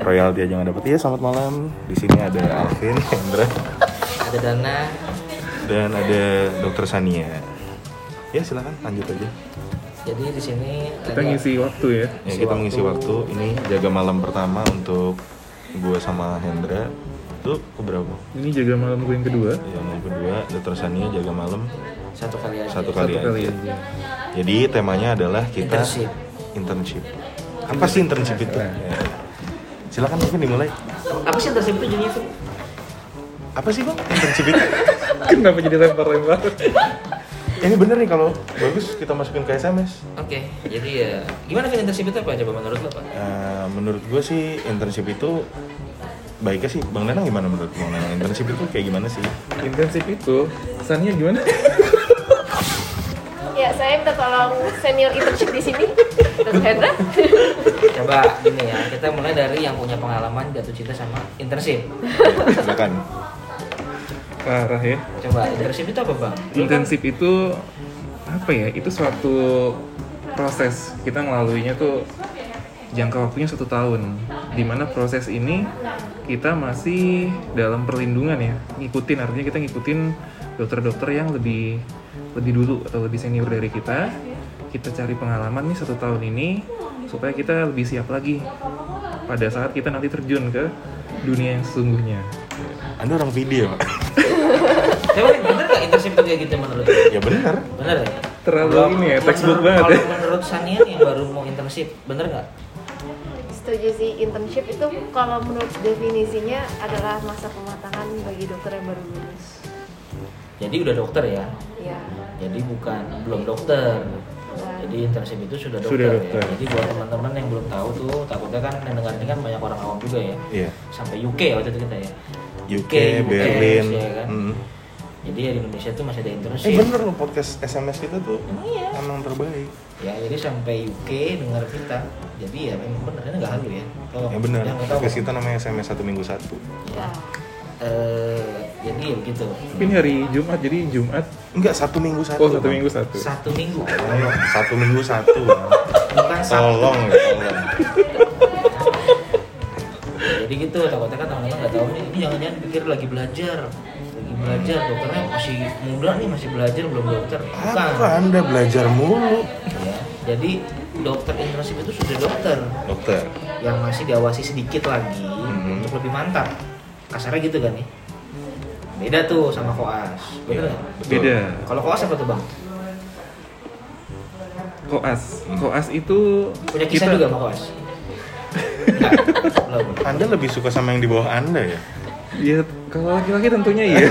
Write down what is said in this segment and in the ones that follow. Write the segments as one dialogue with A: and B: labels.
A: royalti aja nggak dapet ya selamat malam di sini ada Alvin Hendra
B: ada dana
A: dan ada Dokter Sania ya silakan lanjut aja
B: jadi di sini
C: Kita
B: ada-
C: ngisi waktu ya.
A: ya kita mengisi waktu ini jaga malam pertama untuk gue sama Hendra itu keberapa
C: Ini jaga malam gue yang kedua.
A: yang kedua Dokter Sania jaga malam
B: satu kali aja
A: satu
C: Satu
A: kali,
C: kali
A: aja.
C: aja.
A: Jadi temanya adalah kita
B: Internship.
A: internship. Apa sih internship itu?
C: Nah.
A: Ya. Silakan mungkin dimulai.
B: apa sih internship itu jadinya tuh
A: Apa sih bang internship itu?
C: Kenapa jadi lempar-lempar?
A: Ini bener nih kalau bagus kita masukin ke SMS.
B: oke jadi ya gimana Vin internship itu apa coba menurut lo pak
A: Eh, menurut gue sih internship itu baiknya sih Bang Nenang gimana menurut Bang Nenang internship itu kayak gimana sih?
C: Intensif itu, kesannya gimana?
D: Ya, saya minta tolong senior internship di sini. Dr. Hendra.
B: coba gini ya kita mulai dari yang punya pengalaman jatuh cinta sama internship
A: Ya, silakan.
C: Parah ya.
B: coba internship itu apa bang Lo kan-
C: Intensif itu apa ya? Itu suatu proses kita ngelaluinya tuh jangka waktunya satu tahun. Dimana proses ini kita masih dalam perlindungan ya, ngikutin artinya kita ngikutin dokter-dokter yang lebih lebih dulu atau lebih senior dari kita. Kita cari pengalaman nih satu tahun ini supaya kita lebih siap lagi pada saat kita nanti terjun ke dunia yang sesungguhnya.
A: Anda orang video ya Pak?
B: kan- coba Vin, bener nggak internship itu kayak gitu menurut lo
A: Ya bener.
B: bener ya
C: Terlalu
B: Kalau-
C: ini ya,
B: menurut-
C: textbook banget
B: kalau
C: ya.
B: menurut Sania nih yang baru mau internship bener nggak
D: Setuju sih, internship itu kalau menurut definisinya adalah masa pematangan bagi dokter yang baru lulus.
B: jadi udah dokter ya
D: Ya,
B: jadi bukan belum dokter jadi internship itu sudah dokter,
C: Sudah
B: ya.
C: dokter.
B: jadi buat teman-teman yang belum tahu tuh takutnya kan yang dengar ini kan banyak orang awam juga ya
A: Iya.
B: sampai UK ya waktu itu kita ya
A: UK,
B: US,
A: Berlin.
B: ya kan?
A: Hmm.
B: jadi ya di Indonesia tuh masih ada internship
A: Eh bener loh podcast SMS kita tuh emang iya? terbaik.
B: ya jadi sampai UK dengar kita jadi ya memang bener ini nggak halu ya kalau
A: Ya bener.
B: yang nggak tahu
A: Podcast kita namanya SMS satu minggu satu.
D: ya.
B: Eh, jadi ya begitu
C: Tapi Ini hari Jumat, jadi Jumat.
A: Enggak, satu minggu satu.
C: Oh, satu minggu satu.
B: satu minggu
A: Ayo, satu minggu satu. Bang.
B: bukan satu
A: Tolong ya, tolong.
B: jadi gitu takutnya kan teman-teman nggak tahu nih ini jangan-jangan pikir lagi belajar lagi belajar dokternya masih muda nih masih belajar belum dokter
A: Apa Anda belajar mulu?
B: ya. jadi dokter internship itu sudah dokter
A: Dokter.
B: yang masih diawasi sedikit lagi
A: Mhm.
B: untuk lebih mantap kasarnya gitu kan nih beda tuh sama koas bener
A: Iya,
B: nggak?
A: betul.
C: Beda.
B: kalau koas apa tuh bang
C: Koas.
A: Hmm.
C: Koas itu
B: punya kisah juga sama koas Nggak, belum
A: Anda lebih suka sama yang di bawah Anda ya?
C: Ya, kalau laki-laki tentunya iya.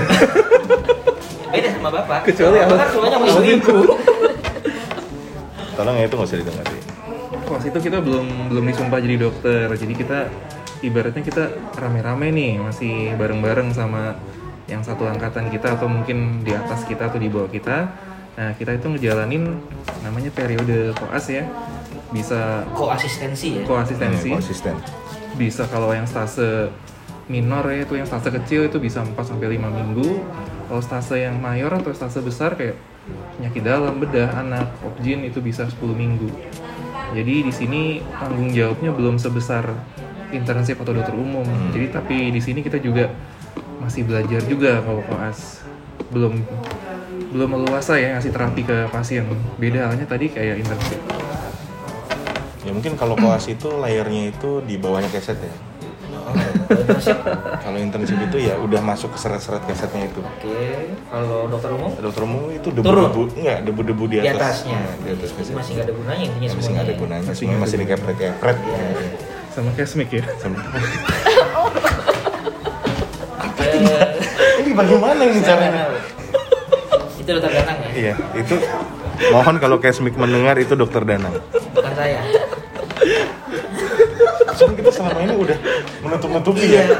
B: beda sama bapak
C: Kecuali
B: Bapak kan
C: Al-
B: semuanya mau
C: Alvin.
B: selingkuh
A: Tolong ya itu nggak usah didengarin.
C: Koas itu kita belum belum disumpah jadi dokter. Jadi kita ibaratnya kita rame-rame nih, masih bareng-bareng sama yang satu angkatan kita atau mungkin di atas kita atau di bawah kita. Nah, kita itu ngejalanin namanya periode koas ya. Bisa
B: koasistensi ya
C: koasistensi.
A: Hmm, konsisten.
C: bisa kalau yang stase minor ya itu yang stase kecil itu bisa 4 sampai 5 minggu. Kalau stase yang mayor atau stase besar kayak penyakit dalam, bedah, anak, opjin itu bisa 10 minggu. Jadi di sini tanggung jawabnya belum sebesar internship atau dokter umum. Jadi tapi di sini kita juga masih belajar juga kalau koas belum belum meluasa ya ngasih terapi ke pasien. Beda halnya tadi kayak internship.
A: Ya mungkin kalau koas itu layarnya itu di bawahnya keset ya.
B: Kalau internship,
A: Kalau internship itu ya udah masuk ke seret-seret kesetnya itu.
B: oke kalau dokter umum
A: Dokter umum itu
B: Turun.
A: debu-debu, enggak debu-debu di
B: di
A: atas.
B: atasnya
A: Nah, Di atas
B: Jadi
A: keset.
B: masih nggak ada gunanya intinya
A: Ya, masih
B: semuanya
A: nggak ada
B: ya.
A: gunanya,
C: Masih
A: semuanya Iya.
C: nggak
A: masih ya.
C: ada
A: dikepret-kepret.
C: Sama kesmik ya.
A: Sama-
B: Eh,
A: Ini bagaimana ini caranya?
B: itu dokter Danang ya
A: Iya, itu mohon kalau Kesmik mendengar itu dokter Danang.
B: bukan saya
A: Iya. Soalnya kita selama ini udah menutup-nutupi ya.
B: Iya.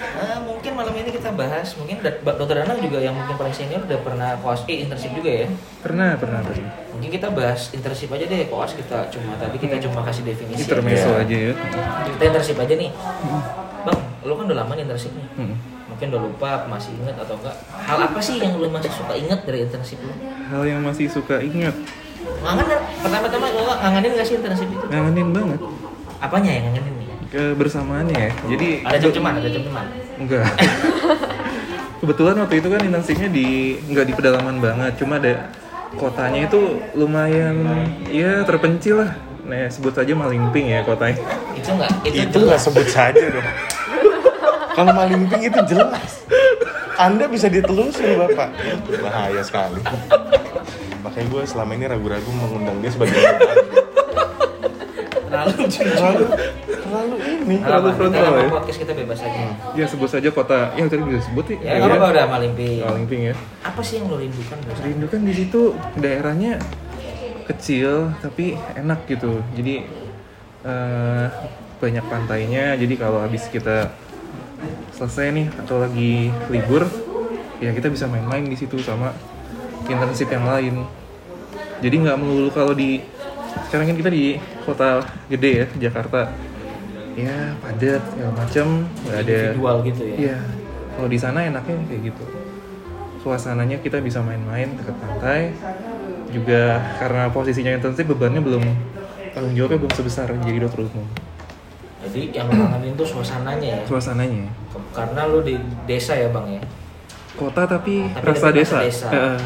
B: Eh, mungkin malam ini kita bahas mungkin da- dokter Danang juga yang mungkin paling senior udah pernah koas eh, internship juga ya
C: Pernah, pernah, pernah.
B: mungkin kita bahas internship aja deh koas kita cuma tadi kita
A: Hmm.
B: cuma kasih
C: Ini
B: definisi
C: termeso
A: Iya.
C: aja ya.
B: kita internship aja nih
A: Hmm.
B: bang lu kan udah lama nih internship nih
C: Hmm.
B: mungkin udah lupa masih inget atau enggak hal apa sih yang lu masih suka inget dari internship lu
C: Hal yang masih suka ingat,
B: ngangen kan? pertama-tama lu ngangenin nggak sih internship itu
C: ngangenin banget.
B: apanya yang ngangenin nih
C: kebersamaannya ya. Jadi
B: Ada cem-ceman, ada cem-ceman.
C: Enggak. Kebetulan waktu itu kan internshipnya di nggak di pedalaman banget, cuma ada kotanya itu lumayan ya terpencil lah. Nah, sebut saja Malingping ya kotanya.
B: Itu enggak, itu,
A: itu
B: jelas.
A: nggak sebut saja dong kalau maling pink itu jelas anda bisa ditelusuri bapak Ya, bahaya sekali makanya gue selama ini ragu-ragu mengundang dia sebagai
B: Terlalu jujur.
A: terlalu terlalu ini
C: Terlalu
B: Terlalu
C: frontal ya.
B: podcast kita bebas aja.
A: Hmm.
C: Ya sebut saja kota. Ya tadi bisa sebut
A: Iya.
C: ya.
B: Ya, apa apa udah Malimping.
C: Malingping ya.
B: Apa sih yang lo rindukan dari sana?
C: Rindu kan di situ daerahnya kecil tapi enak gitu. Jadi eh, banyak pantainya. Jadi kalau habis kita selesai nih atau lagi libur, ya kita bisa main-main di situ sama internship yang lain. Jadi nggak melulu kalau di sekarang kan kita di kota gede ya Jakarta. Ya padat segala macam, nggak ada
B: Individual gitu ya.
C: Iya, kalau di sana enaknya kayak gitu. Suasananya kita bisa main-main dekat pantai. Juga karena posisinya intensif bebannya belum tanggung jawabnya belum sebesar jadi dokter umum.
B: Jadi yang lo kangenin tuh suasananya ya.
C: Suasananya
B: Ke- Karena lo di desa ya bang ya.
C: kota tapi,
B: Tapi
C: rasa
B: tetap
C: desa.
B: rasa desa.
C: Eh,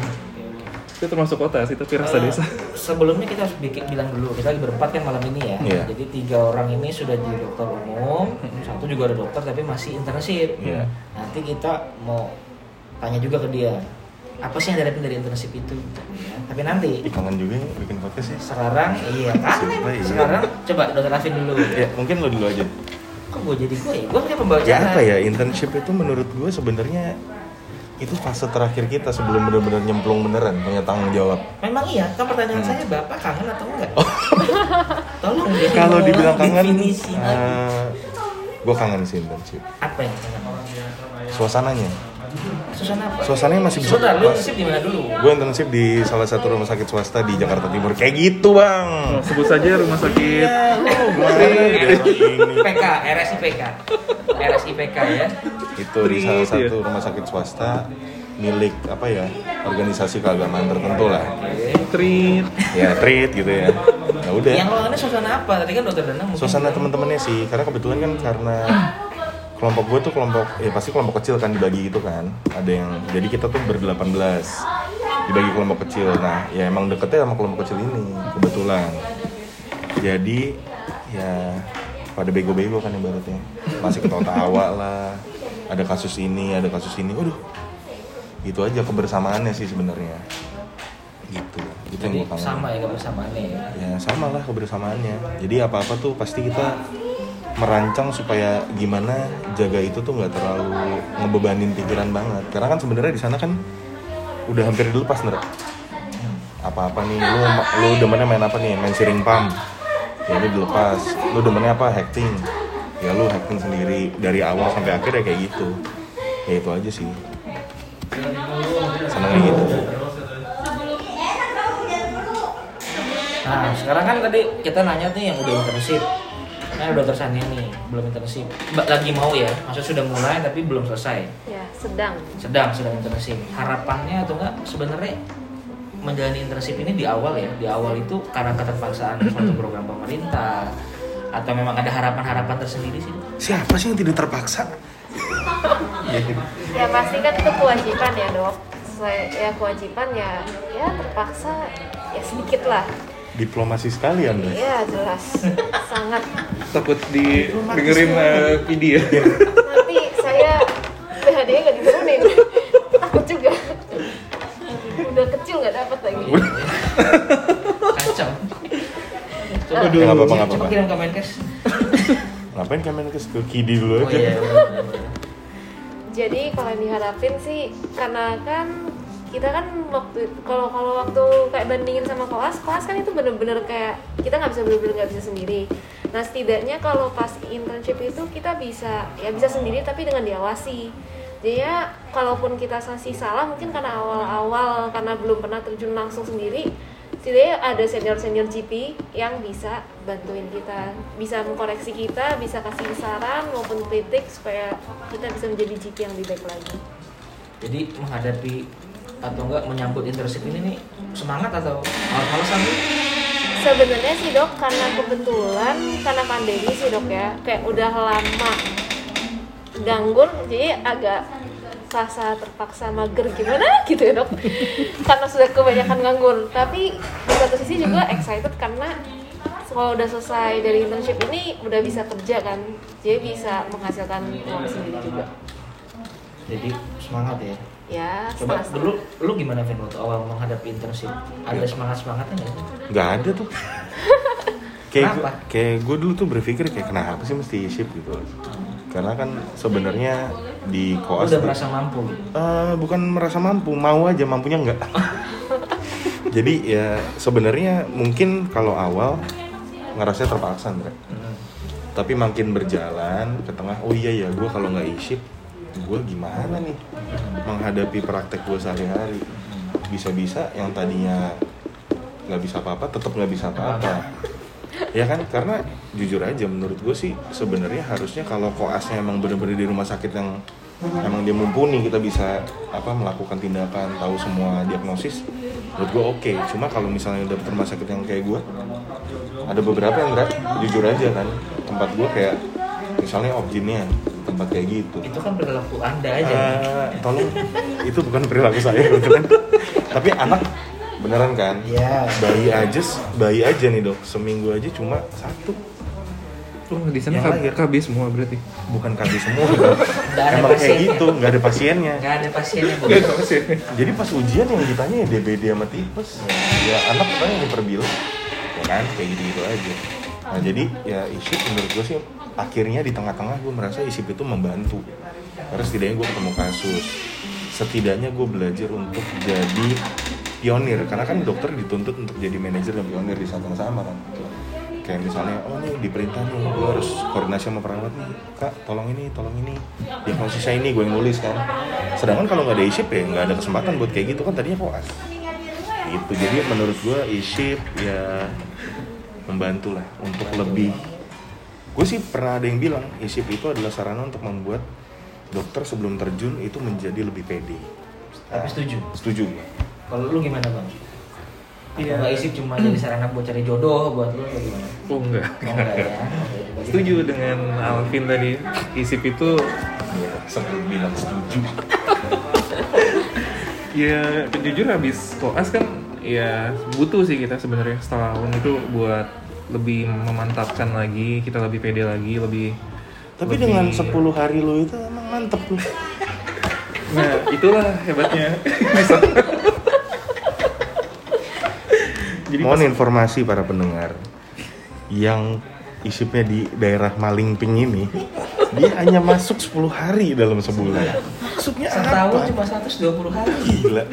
C: itu termasuk kota sih tapi rasa
B: Eh,
C: desa.
B: Sebelumnya kita harus bikin bilang dulu kita lagi berempat kan malam ini ya.
A: Iya.
B: Jadi tiga orang ini sudah di dokter umum, satu juga ada dokter tapi masih internship.
A: Iya.
B: Nanti kita mau tanya juga ke dia apa sih yang dihadapin dari internship itu. Ya, Tapi nanti
A: kangen juga ya bikin podcast ya
B: sekarang iya kan?
A: Sumpah, iya.
B: Sekarang coba dokter Afin dulu.
A: ya mungkin lo dulu aja
B: Kok gue jadi gue? ya? Gue kayak pembawa
A: ya
B: acara.
A: apa ya internship itu menurut gue sebenarnya itu fase terakhir kita sebelum benar-benar nyemplung beneran punya tanggung jawab
B: Memang iya, kan pertanyaan
A: Hmm.
B: saya bapak kangen atau enggak? Tolong deh.
A: Oh. kalau dibilang kangen eh,
B: Definisi lagi.
A: gue kangen sih internship
B: apa yang kangen?
A: suasananya
B: Suasana apa?
A: suasananya masih bisa
B: Sudah, lu
A: Mas-
B: sip di mana dulu?
A: Gue internship di salah satu rumah sakit swasta di Jakarta Timur. Kayak gitu, Bang.
C: Sebut saja rumah sakit.
A: Mana dia orang ini?
B: PK, RSIPK. RSIPK ya.
A: Itu Gitu, di salah satu rumah sakit swasta milik apa ya? Organisasi keagamaan tertentu lah.
B: Oke.
C: Treat.
A: Ya, treat gitu ya. Ya udah.
B: Yang lo kangen suasana apa? Tadi kan dokter Danang mungkin
A: Suasana teman-temannya sih, karena kebetulan kan karena kelompok gue tuh kelompok ya pasti kelompok kecil kan dibagi gitu kan ada yang jadi kita tuh berdelapan belas dibagi kelompok kecil nah ya emang deketnya sama kelompok kecil ini kebetulan jadi ya pada bego-bego kan ibaratnya masih ketawa-tawa lah ada kasus ini ada kasus ini waduh itu aja kebersamaannya sih sebenarnya gitu itu yang
B: Jadi
A: gue kangen
B: sama ya kebersamaannya ya.
A: ya sama lah kebersamaannya jadi apa apa tuh pasti kita merancang supaya gimana jaga itu tuh nggak terlalu ngebebanin pikiran banget karena kan sebenarnya di sana kan udah hampir dilepas nih apa apa nih lu lu demennya main apa nih main siring pump ya lu dilepas lu demennya apa hacking ya lu hacking sendiri dari awal sampai akhir ya kayak gitu ya itu aja sih seneng gitu
B: Nah, sekarang kan tadi kita nanya nih yang udah internship. Nah, udah tersannya nih, belum internship. Ba- Lagi mau ya, maksudnya sudah mulai tapi belum selesai.
D: ya sedang
B: Sedang, sedang internship. Harapannya atau enggak sebenarnya menjalani internship ini di awal ya, di awal itu karena keterpaksaan suatu program pemerintah atau memang ada harapan-harapan tersendiri sih?
A: siapa sih yang tidak terpaksa
D: ya pasti kan itu kewajiban ya dok sesuai ya kewajiban ya ya terpaksa ya sedikit lah
A: diplomasi sekali Andre
D: ya jelas sangat
C: Takut didengerin eh, video ya.
D: nanti saya PHD nggak diturunin takut juga udah kecil nggak dapat lagi
B: Kacau. Coba,
A: Aduh. Nggak apa-apa, nggak
B: coba
A: apa-apa.
B: kirim ke Menkes.
A: Ngapain kamen ke ke Kidi dulu
B: Oh
A: aja?
B: iya.
D: jadi kalau yang diharapin sih karena kan kita kan waktu kalau kalau waktu kayak bandingin sama kelas kelas kan itu bener-bener kayak kita nggak bisa bener-bener nggak bisa sendiri nah setidaknya kalau pas internship itu kita bisa ya bisa sendiri tapi dengan diawasi jadi ya kalaupun kita sasi salah mungkin karena awal-awal karena belum pernah terjun langsung sendiri setidaknya ada senior-senior GP yang bisa bantuin kita bisa mengkoreksi kita, bisa kasih saran maupun kritik supaya kita bisa menjadi GP yang lebih baik lagi
B: Jadi menghadapi atau enggak menyambut internship ini nih semangat atau malas-malasan?
D: Sebenarnya sih dok, karena kebetulan karena pandemi sih dok ya, kayak udah lama gangguan, jadi agak rasa terpaksa mager gimana gitu ya dok karena sudah kebanyakan nganggur tapi di satu sisi juga excited karena kalau udah selesai dari internship ini udah bisa kerja kan jadi bisa menghasilkan uang sendiri juga
B: Jadi semangat ya.
D: ya
B: Coba
D: setengah-setengah.
B: dulu lu gimana Vin waktu awal menghadapi internship? Ada
A: Iya.
B: semangat-semangatnya nggak?
A: nggak ada tuh kayak gue,
B: Kenapa?
A: kayak gue dulu tuh berpikir kayak kenapa sih mesti shift gitu karena kan sebenarnya di
B: Lu
A: koas
B: udah
A: tuh-
B: merasa mampu gitu.
A: Eh, bukan merasa mampu, mau aja mampunya enggak. Jadi ya sebenarnya mungkin kalau awal ngerasa terpaksa, Ndre.
B: Hmm.
A: Tapi makin berjalan ke tengah, oh iya ya, gue kalau nggak isip, gue gimana nih menghadapi praktek gue sehari-hari. Bisa-bisa yang tadinya nggak bisa apa-apa, tetap nggak bisa apa-apa. Ya kan, karena jujur aja menurut gue sih sebenarnya harusnya kalau koasnya emang bener-bener di rumah sakit yang emang dia mumpuni kita bisa apa melakukan tindakan tahu semua diagnosis menurut gue oke cuma kalau misalnya dapet rumah sakit yang kayak gue ada beberapa yang berat jujur aja kan tempat gue kayak misalnya objinnya tempat kayak gitu
B: Itu kan perilaku anda aja.
A: Eh, tolong itu bukan perilaku saya kebetulan tapi anak beneran kan
B: Iya.
A: bayi aja bayi aja nih dok seminggu aja cuma satu
C: Oh, di sana
A: Yang lahir.
C: kab- KB semua berarti.
A: bukan KB semua Dok.
B: ada
A: emang kayak
B: pasiennya.
A: gitu nggak ada pasiennya
B: Nggak ada pasiennya Bu.
A: Iya. jadi pas ujian yang ditanya ya DBD sama tipes ya anak kan yang diperbilang ya kan kayak gitu gitu aja nah jadi ya isip menurut gue sih akhirnya di tengah-tengah gue merasa isip itu membantu karena setidaknya gue ketemu kasus setidaknya gue belajar untuk jadi pionir karena kan dokter dituntut untuk jadi manajer dan pionir di saat yang sama kan kayak misalnya oh nih diperintah nih gue harus koordinasi sama perawat nih kak tolong ini tolong ini diagnosisnya ini gue yang nulis kan sedangkan kalau nggak ada isip ya nggak ada kesempatan buat kayak gitu kan tadinya koas gitu jadi menurut gue isip ya membantu lah untuk lebih gue sih pernah ada yang bilang isip itu adalah sarana untuk membuat dokter sebelum terjun itu menjadi lebih pede
B: Tapi setuju.
A: setuju gue
B: Kalau lu gimana bang? Iya.
C: Iya.
B: Gak isip cuma jadi sarana buat cari jodoh buat lu atau gimana?
C: Oh enggak.
B: Oh, enggak ya. Oke.
C: Setuju dengan Alvin tadi. Isip itu
A: ya, sebelum bilang setuju
C: ya jujur habis koas kan ya butuh sih kita sebenarnya setahun itu buat lebih memantapkan lagi, kita lebih pede lagi, lebih
A: tapi dengan
C: lebih-
A: 10 hari lu itu emang mantep lu
C: Nah, itulah hebatnya. Jadi
A: mohon informasi para pendengar yang isipnya di daerah Malingping ini dia hanya masuk 10 hari dalam sebulan maksudnya
B: Setahun
A: apa?
B: cuma 120 hari.
A: gila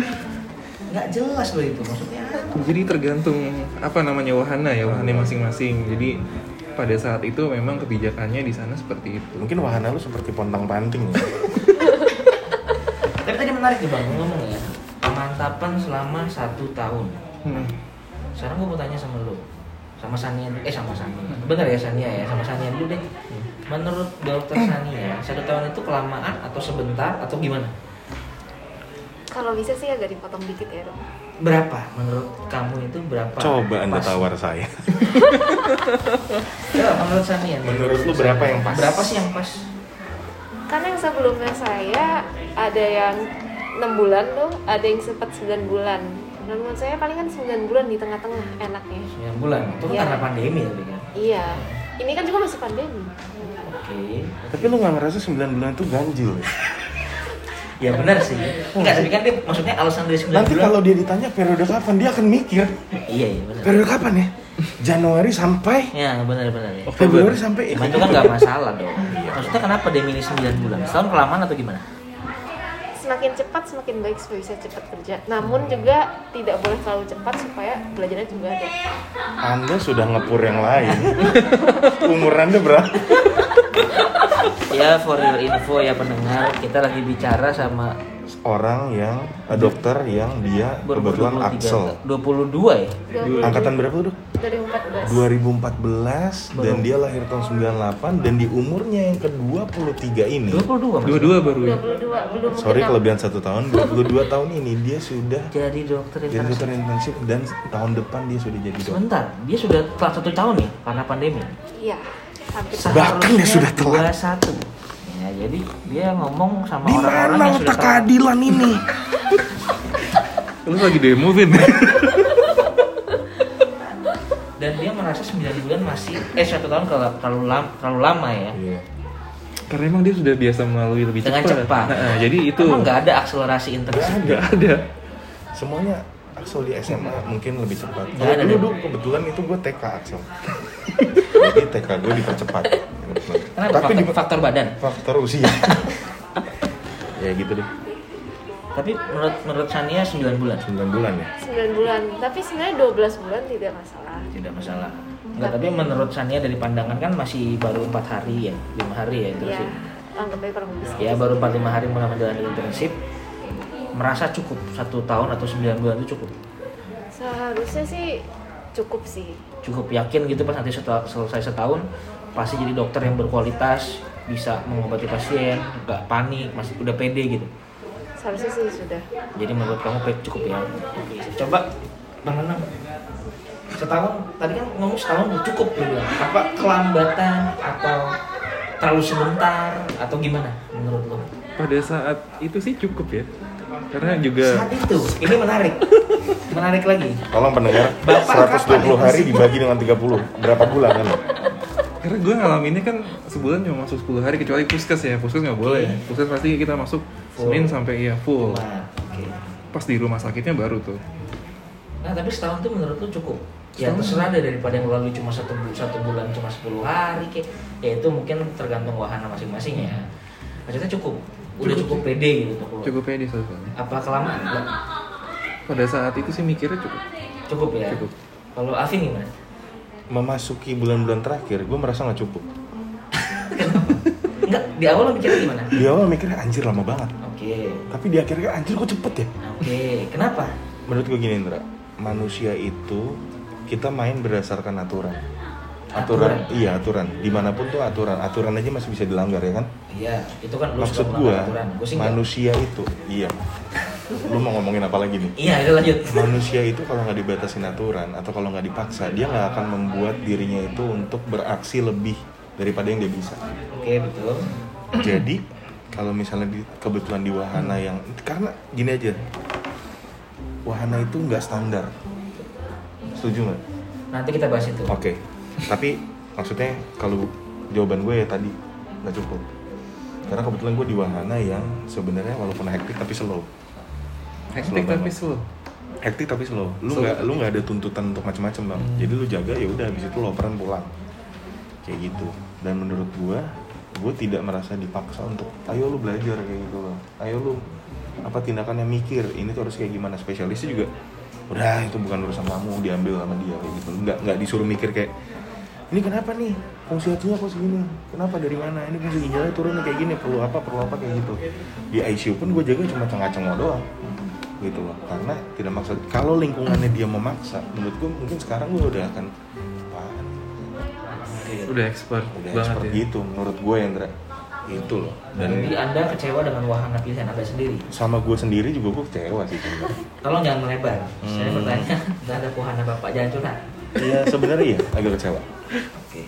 B: Nggak jelas lo itu maksudnya.
C: Jadi tergantung apa namanya wahana ya, wahana masing-masing. Jadi pada saat itu memang kebijakannya di sana seperti itu.
A: mungkin wahana lu seperti pontang panting ya
B: Tapi tadi menarik nih bang lu ngomong ya. Pemantapan selama satu tahun.
C: Hmm.
B: Sekarang gue mau tanya sama lu sama Sania eh sama Sania bener ya Sania ya sama Sania dulu deh menurut dokter Sania satu tahun itu kelamaan atau sebentar atau gimana
D: kalau bisa sih agak dipotong dikit ya dok
B: berapa menurut kamu itu berapa
A: coba anda
B: Pas.
A: tawar saya
B: Coba menurut Sania
A: Menurut lu berapa yang pas?
B: berapa sih yang pas
D: karena Kan yang sebelumnya saya ada yang enam bulan dong ada yang sempat 9 bulan dan menurut saya paling kan 9 bulan di tengah-tengah enaknya
B: 9 bulan itu kan
D: Iya.
B: karena pandemi tapi kan
D: iya ini kan juga masih pandemi
B: oke
A: tapi lu nggak ngerasa 9 bulan itu ganjil ya?
B: ya benar sih enggak tapi kan dia maksudnya alasan dari 9
A: nanti
B: bulan
A: kalau dia ditanya periode kapan dia akan mikir
B: iya iya benar
A: periode kapan ya Januari sampai
B: ya benar benar ya
A: Februari sampai
B: Cuma itu kan nggak masalah dong maksudnya kenapa dia milih 9 bulan setahun kelamaan atau gimana
D: semakin cepat semakin baik supaya bisa cepat kerja namun juga tidak boleh terlalu cepat supaya belajarnya juga ada
A: Anda sudah ngepur yang lain. Umur Anda berapa?
B: Ya for your info ya pendengar, kita lagi bicara sama
A: orang yang eh, dokter yang dia kebetulan
B: 2023.
A: Axel.
B: 22 ya?
A: Angkatan berapa tuh?
D: 2014
A: 2014 dan dia lahir tahun 98 dan di umurnya yang ke-23 ini
B: 22 Mas.
C: Dua-dua baru ya.
D: 22 belum
A: sorry
D: kenal.
A: kelebihan satu tahun 22 tahun ini dia sudah
B: Jadi dokter
A: jadi
B: internship.
A: dokter internship dan tahun depan dia sudah jadi dokter
B: Sebentar, dia sudah telat satu tahun nih karena pandemi.
D: iya hampir
A: Bahkan dia sudah telat.
B: 21. Ya, jadi dia ngomong sama
A: di
B: orang-orang
A: mana
B: yang sudah
A: letak
B: telat.
A: keadilan ini
C: Lu lagi demo Vin.
B: Dan dia merasa 9 bulan masih eh satu tahun kalau terlalu lama, terlalu lama ya.
A: Iya.
C: Karena emang dia sudah biasa melalui lebih
B: Dengan cepat.
C: Nah, nah, jadi itu
B: Emang nggak ada akselerasi internship.
C: nggak ada.
A: semuanya Axel di SMA mungkin lebih cepat
B: Nggak
A: kalau
B: ada
A: dulu
B: deh.
A: dulu kebetulan itu gue TK Axel jadi TK gue dipercepat
B: Kenapa?
A: tapi di
B: faktor, faktor badan.
A: faktor usia ya gitu deh
B: Tapi menurut menurut Sania 9 bulan
A: 9 bulan ya
D: 9 bulan tapi sebenarnya 12 bulan tidak masalah
B: tidak masalah. Enggak, tapi menurut Sania dari pandangan kan masih baru empat hari ya, lima hari ya
D: ya
B: internship.
D: anggap aja kurang lebih
B: Ya baru 4 5 hari mulai menjalani internship merasa cukup satu tahun atau 9 bulan itu cukup
D: seharusnya sih cukup sih
B: cukup yakin gitu pas nanti seta- selesai setahun pasti jadi dokter yang berkualitas bisa mengobati pasien nggak panik masih udah pede gitu
D: seharusnya sih sudah
B: jadi menurut kamu pe- cukup ya coba bang Anang setahun tadi kan ngomong setahun udah cukup dia bilang. apa kelambatan atau terlalu sebentar atau gimana menurut lo
C: Pada saat itu sih cukup ya. Karena juga
B: saat itu ini menarik menarik lagi
A: Tolong pendengar, 120
B: Bapak kapan?
A: hari dibagi dengan 30 Berapa bulan kan?
C: karena gue ngalaminnya kan sebulan cuma masuk 10 hari kecuali puskes ya. Puskes nggak boleh. Puskes pasti kita masuk
B: Full.
C: Senin sampai ya full.
B: Nah, oke.
C: Pas di rumah sakitnya baru tuh.
B: Nah, tapi setahun tuh menurut lu cukup. Ya terserah deh daripada yang lalu cuma satu, bu- satu bulan cuma 10 hari kayak ya itu mungkin tergantung wahana masing-masing ya. Maksudnya cukup. Udah cukup,
C: Cukup
B: pede gitu untuk lu.
C: Cukup pede soalnya.
B: Apa kelamaan? Nggak.
C: Pada saat itu sih mikirnya cukup.
B: Cukup ya.
C: Cukup.
B: Kalau Afin gimana?
A: Memasuki bulan-bulan terakhir, gue merasa nggak cukup
B: Enggak, di awal lu mikirnya gimana?
A: Di awal mikirnya anjir lama banget
B: Oke.
A: Tapi di akhirnya anjir kok cepet ya
B: Oke, kenapa?
A: Menurut gue gini Indra Manusia itu kita main berdasarkan aturan Aturan,
B: Aturan?
A: iya aturan Dimanapun tuh aturan Aturan aja masih bisa dilanggar ya kan
B: Iya, itu kan lu
A: Maksud
B: suka
A: gue,
B: melanggar aturan. Gua sih enggak.
A: manusia itu Iya Lu mau ngomongin apa lagi nih?
B: Iya, itu lanjut.
A: manusia itu kalau nggak dibatasin aturan atau kalau nggak dipaksa dia nggak akan membuat dirinya itu untuk beraksi lebih daripada yang dia bisa
B: Oke, betul.
A: jadi kalau misalnya di, kebetulan di wahana yang karena gini aja wahana itu nggak standar setuju nggak
B: Nanti kita bahas itu.
A: oke tapi maksudnya kalau jawaban gue ya tadi nggak cukup karena kebetulan gue di wahana yang sebenarnya walaupun hektik tapi slow
C: Hektik
A: Slow
C: tapi
A: banget.
C: slow.
A: hektik tapi slow lu
C: Slow.
A: nggak lu nggak ada tuntutan untuk macam-macam bang jadi lu jaga ya udah habis itu lo operan pulang kayak gitu dan menurut gua gua tidak merasa dipaksa untuk ayo lu belajar kayak gitu loh ayo lu apa tindakannya mikir ini tuh harus kayak gimana spesialisnya juga udah itu bukan urusan kamu diambil sama dia kayak gitu nggak nggak disuruh mikir kayak ini kenapa nih fungsi hatinya kok segini kenapa dari mana ini fungsi ginjalnya turun nih kayak gini perlu apa perlu apa kayak gitu di ICU pun gue jaga cuma cengah-cengah doang gitu loh karena tidak maksud kalau lingkungannya dia memaksa menurut gue mungkin sekarang gue udah akan apaan?
C: Udah expert
A: udah gitu.
C: banget
A: seperti
C: ya. Iya.
A: itu menurut gue Hendra itu loh dan
B: Jadi Anda kecewa dengan wahana pilihan Anda sendiri.
A: sama gue sendiri juga gue kecewa sih sebenarnya.
B: Tolong jangan melebar. Saya
A: Hmm.
B: bertanya terhadap wahana Bapak jangan curhat.
A: Iya sebenarnya ya agak kecewa
B: Oke.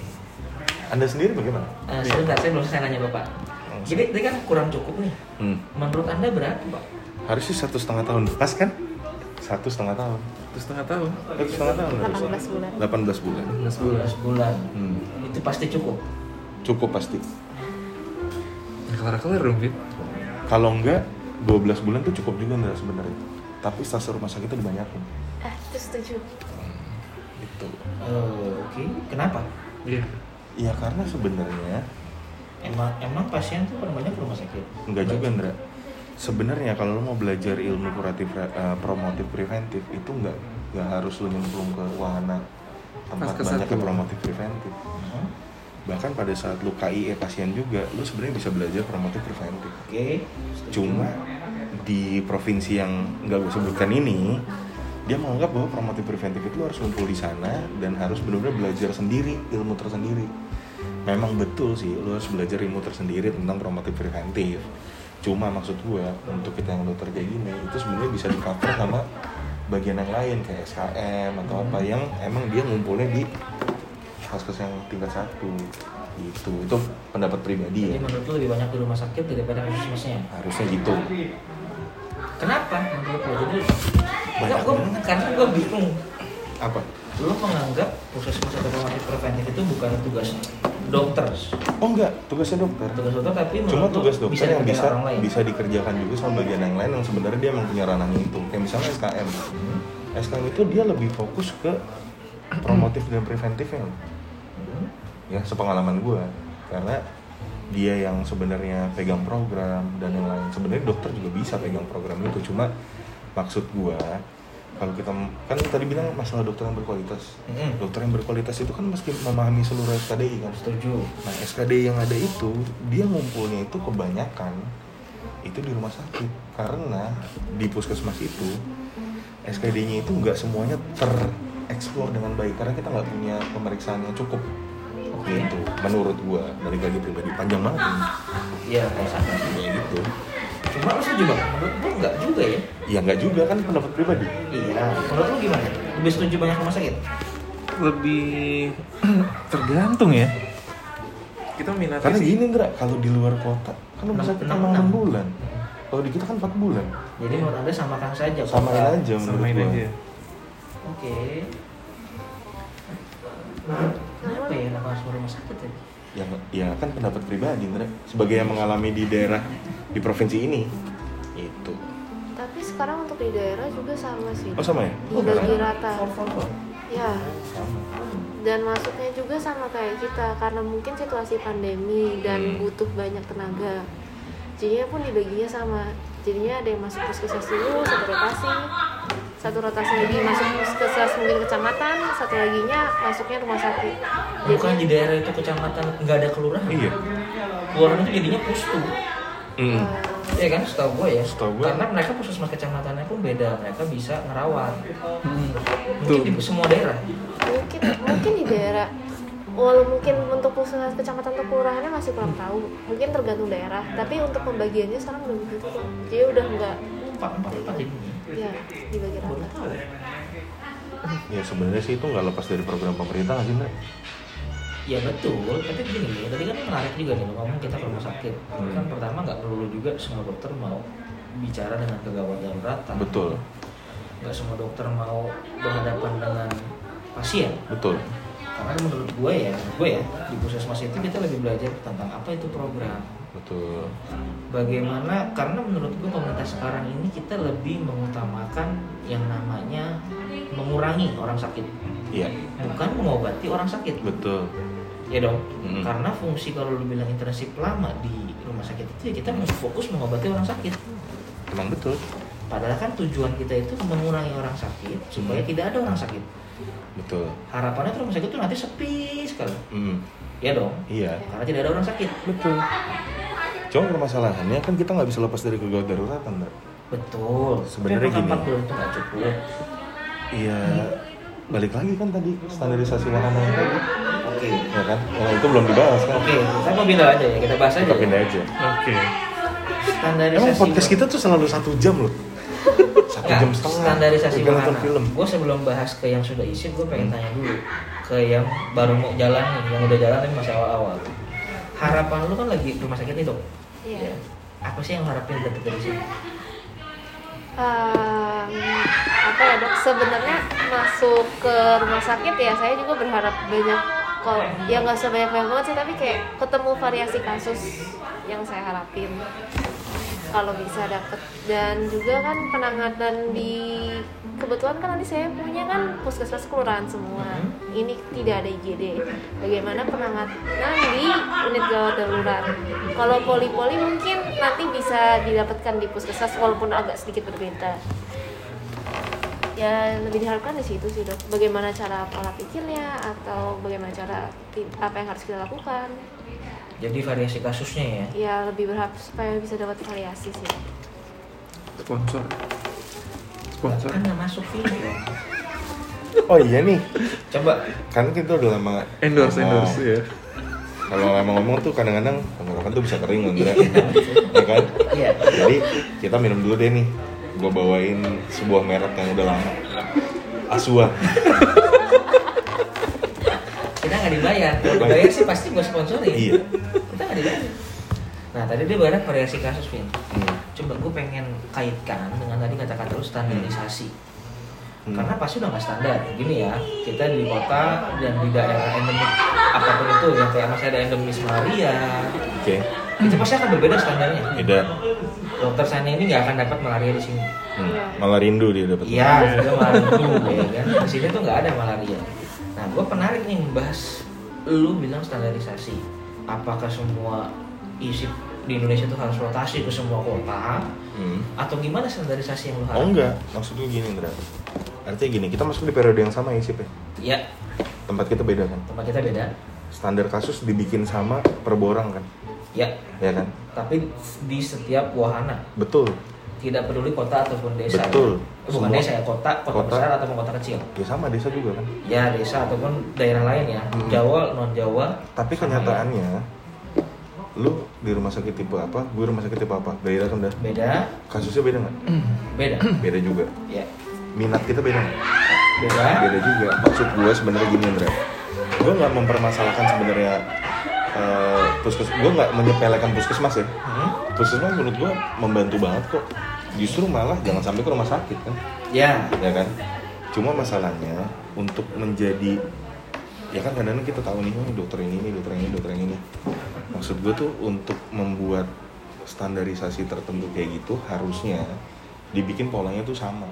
A: anda sendiri bagaimana
B: Eh, sebentar, saya belum selesai nanya Bapak.
A: Oh,
B: Jadi tadi kan kurang cukup nih.
A: hmm.
B: Menurut Anda berapa, Pak?
A: harusnya satu setengah tahun pas kan satu setengah tahun
C: Terus setengah tahun.
A: satu setengah tahun harusnya
D: 18 bulan
A: 18 bulan
C: 16 bulan.
B: 12 bulan.
A: hmm.
B: Itu pasti cukup.
A: cukup pasti
C: Nah, kelar-kelar dong, Vin.
A: kalau enggak 12 bulan tuh cukup juga Hendra sebenarnya tapi stase rumah sakitnya dibanyakin Gitu.
D: eh itu setuju
A: itu
B: Eh, Oke, kenapa?
C: Iya.
A: Iya karena sebenarnya
B: Emang emang pasien tuh paling banyak ke rumah sakit.
A: enggak juga Ndra. Sebenarnya kalau lo mau belajar ilmu kuratif eh, promotif preventif itu enggak enggak harus lo nyemplung ke wahana tempat
C: Pas ke
A: banyaknya
C: satu.
A: promotif preventif.
B: Hmm,
A: Bahkan pada saat lo KIE pasien juga, lo sebenarnya bisa belajar promotif preventif.
B: Oke.
A: Cuma di provinsi yang nggak gue sebutkan ini dia menganggap bahwa promotif preventif itu harus ngumpul di sana dan harus benar-benar belajar sendiri ilmu tersendiri memang betul sih lo harus belajar ilmu tersendiri tentang promotif preventif cuma maksud gue untuk kita yang dokter kayak gini itu sebenarnya bisa di cover sama bagian yang lain kayak SKM atau apa yang emang dia ngumpulnya di vaskes yang tingkat satu itu itu pendapat pribadi ya
B: Jadi menurut lu lebih banyak di rumah sakit daripada puskesmasnya.
A: harusnya gitu
B: Kenapa menurut lu? Jadi
A: Banyak
B: enggak, gua, karena gue bingung.
A: apa
B: Lu menganggap puskesmas atau penyakit preventif itu bukan tugas dokter,
A: oh enggak tugasnya dokter
B: tugas dokter tapi
A: cuma
B: menurut lu
A: tugas dokter yang
B: dikerjakan
A: bisa
B: orang lain.
A: bisa dikerjakan juga sama bagian yang lain yang sebenarnya dia emang punya ranahnya itu kayak misalnya SKM
B: Hmm.
A: SKM itu dia lebih fokus ke promotif dan preventifnya
B: Hmm.
A: ya sepengalaman gue karena dia yang sebenarnya pegang program dan yang lain sebenarnya dokter juga bisa pegang program itu cuma maksud gue kalau kita kan tadi bilang masalah dokter yang berkualitas
B: Mm-mm.
A: dokter yang berkualitas itu kan mesti memahami seluruh SKDI kan
B: Setuju.
A: Nah, SKD yang ada itu, dia ngumpulnya itu kebanyakan itu di rumah sakit karena di puskesmas itu SKD-nya itu nggak semuanya tereksplor dengan baik karena kita nggak punya pemeriksaan yang cukup
B: Oke.
A: gitu menurut gua dari gaji pribadi panjang banget ini.
B: Iya, kayak sana.
A: ya gitu
B: Cuma lu setuju banget. Menurut gua enggak juga ya.
A: ya nggak juga kan pendapat pribadi
B: Iya. Menurut lu gimana? Lebih setuju banyak rumah sakit?
C: lebih tergantung ya kita minat
A: karena gini Ndra kalau di luar kota kan rumah
B: Iya Enam-
A: sakit
B: enam-
A: emang
B: enam.
A: 6 bulan kalau di kita kan 4 bulan
B: Jadi menurut anda samakan saja.
A: samain
B: Pak.
A: aja Iya, menurut
C: samain
A: gua
C: aja
B: Oke. Kenapa ya kenapa harus rumah sakit ya?
A: ya, ya kan pendapat pribadi Ndra sebagai yang mengalami di daerah di provinsi ini itu
D: Tapi sekarang untuk di daerah juga sama sih.
A: oh sama ya
D: Oh,
A: Sekarang?
D: Dibagi rata.
B: For for for.
D: Ya,
A: sama
D: dan masuknya juga sama kayak kita karena mungkin situasi pandemi dan
A: Hmm.
D: butuh banyak tenaga. Jadinya pun dibaginya sama. Jadinya ada yang masuk puskesmas dulu, satu rotasi. Satu rotasi lagi masuk puskesmas mungkin kecamatan, satu laginya masuknya rumah sakit.
B: Bukan di daerah itu kecamatan nggak ada kelurahan.
A: iya
B: Kelurahan itu jadinya pustu.
A: mm.
D: eh,
B: Iya kan, setahu gue ya.
A: Setahu gua.
B: Karena mereka puskesmas kecamatannya pun beda. Mereka bisa ngerawat.
C: Hmm. Tuh.
B: Mungkin di semua daerah.
D: mungkin mungkin di daerah walau mungkin untuk pusat kecamatan atau kelurahannya masih kurang tahu mungkin tergantung daerah tapi untuk pembagiannya sekarang udah begitu kok jadi udah enggak
B: Empat empat empat ini.
D: ya dibagi
B: Baru
D: rata
B: tahu.
A: ya sebenarnya sih itu nggak lepas dari program pemerintah nggak sih Ndra
B: Ya betul, tapi gini, tadi kan menarik juga nih lo ngomong kita ke rumah sakit.
A: Hmm.
B: Kan pertama nggak perlu juga semua dokter mau bicara dengan kegawat daruratan.
A: betul
B: nggak semua dokter mau berhadapan dengan pasien
A: betul
B: karena menurut gue ya menurut gue ya di puskesmas itu kita lebih belajar tentang apa itu program
A: betul
B: bagaimana karena menurut gue pemerintah sekarang ini kita lebih mengutamakan yang namanya mengurangi orang sakit
A: iya
B: bukan mengobati orang sakit
A: betul
B: ya dong
A: Mm.
B: karena fungsi kalau lu bilang internship lama di rumah sakit itu ya kita mau fokus mengobati orang sakit
A: emang betul
B: padahal kan tujuan kita itu mengurangi orang sakit supaya
A: Mm.
B: tidak ada orang sakit
A: betul
B: harapannya tuh rumah sakit tuh nanti sepi sekali
A: Mm.
B: ya dong
A: iya
B: karena tidak ada orang sakit
A: betul cuma permasalahannya kan kita nggak bisa lepas dari kegawat daruratan Ndra
B: betul
A: Sebenarnya
B: Tapi apakah
A: gini.
B: 40 itu nggak cukup
A: iya balik lagi kan tadi standarisasi wahana yang tadi
B: oke
A: ya kan Nah, itu belum dibahas kan
B: oke kita mau pindah aja ya kita bahas aja
A: kita pindah aja
C: oke
B: standarisasi
A: Emang podcast kita tuh selalu satu jam loh. Satu
B: Nggak,
A: jam setengah.
B: standarisasi
A: Kita nonton
B: wahana
A: film.
B: gue sebelum bahas ke yang sudah isi gue pengen tanya dulu ke yang baru mau jalan nih yang udah jalan tapi masih awal-awal harapan lu kan lagi rumah sakit nih dok
D: Iya.
B: Ya. apa sih yang harapin dapat dari sini
D: Ehm, apa ya dok sebenarnya masuk ke rumah sakit ya saya juga berharap banyak kalau ya nggak sebanyak banyak banget sih tapi kayak ketemu variasi kasus yang saya harapin kalau bisa dapet dan juga kan penanganan di kebetulan kan nanti saya punya kan puskesmas kelurahan semua ini tidak ada IGD bagaimana penanganan di unit gawat darurat kalau poli-poli mungkin nanti bisa didapatkan di puskesmas walaupun agak sedikit berbeda ya lebih diharapkan di situ sih dok bagaimana cara pola pikirnya atau bagaimana cara ti- apa yang harus kita lakukan
B: jadi variasi kasusnya ya
D: ya lebih berharap supaya bisa dapat variasi sih Dok.
C: sponsor sponsor
A: Eh,
B: kan nggak masuk video
A: Oh iya nih,
B: coba
A: kan kita udah lama nggak
C: endorse
A: ngomong.
C: endorse ya
A: Kalau lama ngomong tuh kadang-kadang tenggorokan tuh bisa kering loh, Ndra. ya kan?
B: iya
A: Jadi kita minum dulu deh nih. Gue bawain sebuah merek yang udah lama. Asua.
B: kita nggak dibayar kalau
A: Nggak
B: dibayar
A: dibayar.
B: sih pasti gue sponsorin
A: Iya.
B: kita nggak dibayar nah tadi dia barang variasi kasus Vin
A: Hmm.
B: coba gue pengen kaitkan dengan tadi kata-kata lu standarisasi
A: Hmm.
B: karena pasti udah nggak standar gini ya kita di kota dan di daerah endemik apapun itu ya kayak masih ada endemis malaria
A: Oke.
B: itu pasti akan berbeda standarnya
A: Beda.
B: dokter sana ini nggak akan dapat malaria di sini
A: Hmm. Malah rindu dia dapat.
B: Iya, itu malaria ya kan. Di sini tuh nggak ada malaria. Nah, gue penarik nih membahas lu bilang standarisasi. Apakah semua isi di Indonesia tuh harus rotasi ke semua kota
A: Hmm.
B: atau gimana standarisasi yang lu harap?
A: Oh enggak, maksud gue gini, Ndra. Artinya gini, kita masuk di periode yang sama ya, Sip, ya?
B: Ya,
A: Tempat kita beda kan.
B: tempat kita beda.
A: Standar kasus dibikin sama per borang kan.
B: Ya,
A: Ya kan?
B: tapi di setiap wahana
A: Betul.
B: tidak peduli kota ataupun desa.
A: Betul.
B: Eh, Bukan
A: Semua.
B: desa ya, kota, kota,
A: Kota.
B: besar ataupun kota kecil.
A: Ya sama desa juga kan.
B: Ya, desa ataupun daerah lain ya.
A: Hmm.
B: Jawa, non Jawa.
A: Tapi
B: sama ya.
A: kenyataannya lu di rumah sakit tipe apa, gue rumah sakit tipe apa, beda kan dah.
B: beda,
A: Kasusnya beda nggak?
B: Hmm. beda.
A: Beda juga.
B: ya,
A: Minat kita beda nggak?
B: beda.
A: Beda juga. Maksud gue sebenarnya gini, Andre. Gue nggak mempermasalahkan sebenarnya eh, puskes, gue nggak menyepelekan puskesmas ya.
B: Hmm.
A: Puskesmas menurut gue membantu banget kok. Justru malah jangan sampai ke rumah sakit kan,
B: Ya,
A: ya kan? Cuma masalahnya untuk menjadi ya kan kadang-kadang kita tahu nih oh, dokter ini ini dokter ini dokter ini maksud gue tuh untuk membuat standarisasi tertentu kayak gitu harusnya dibikin polanya tuh sama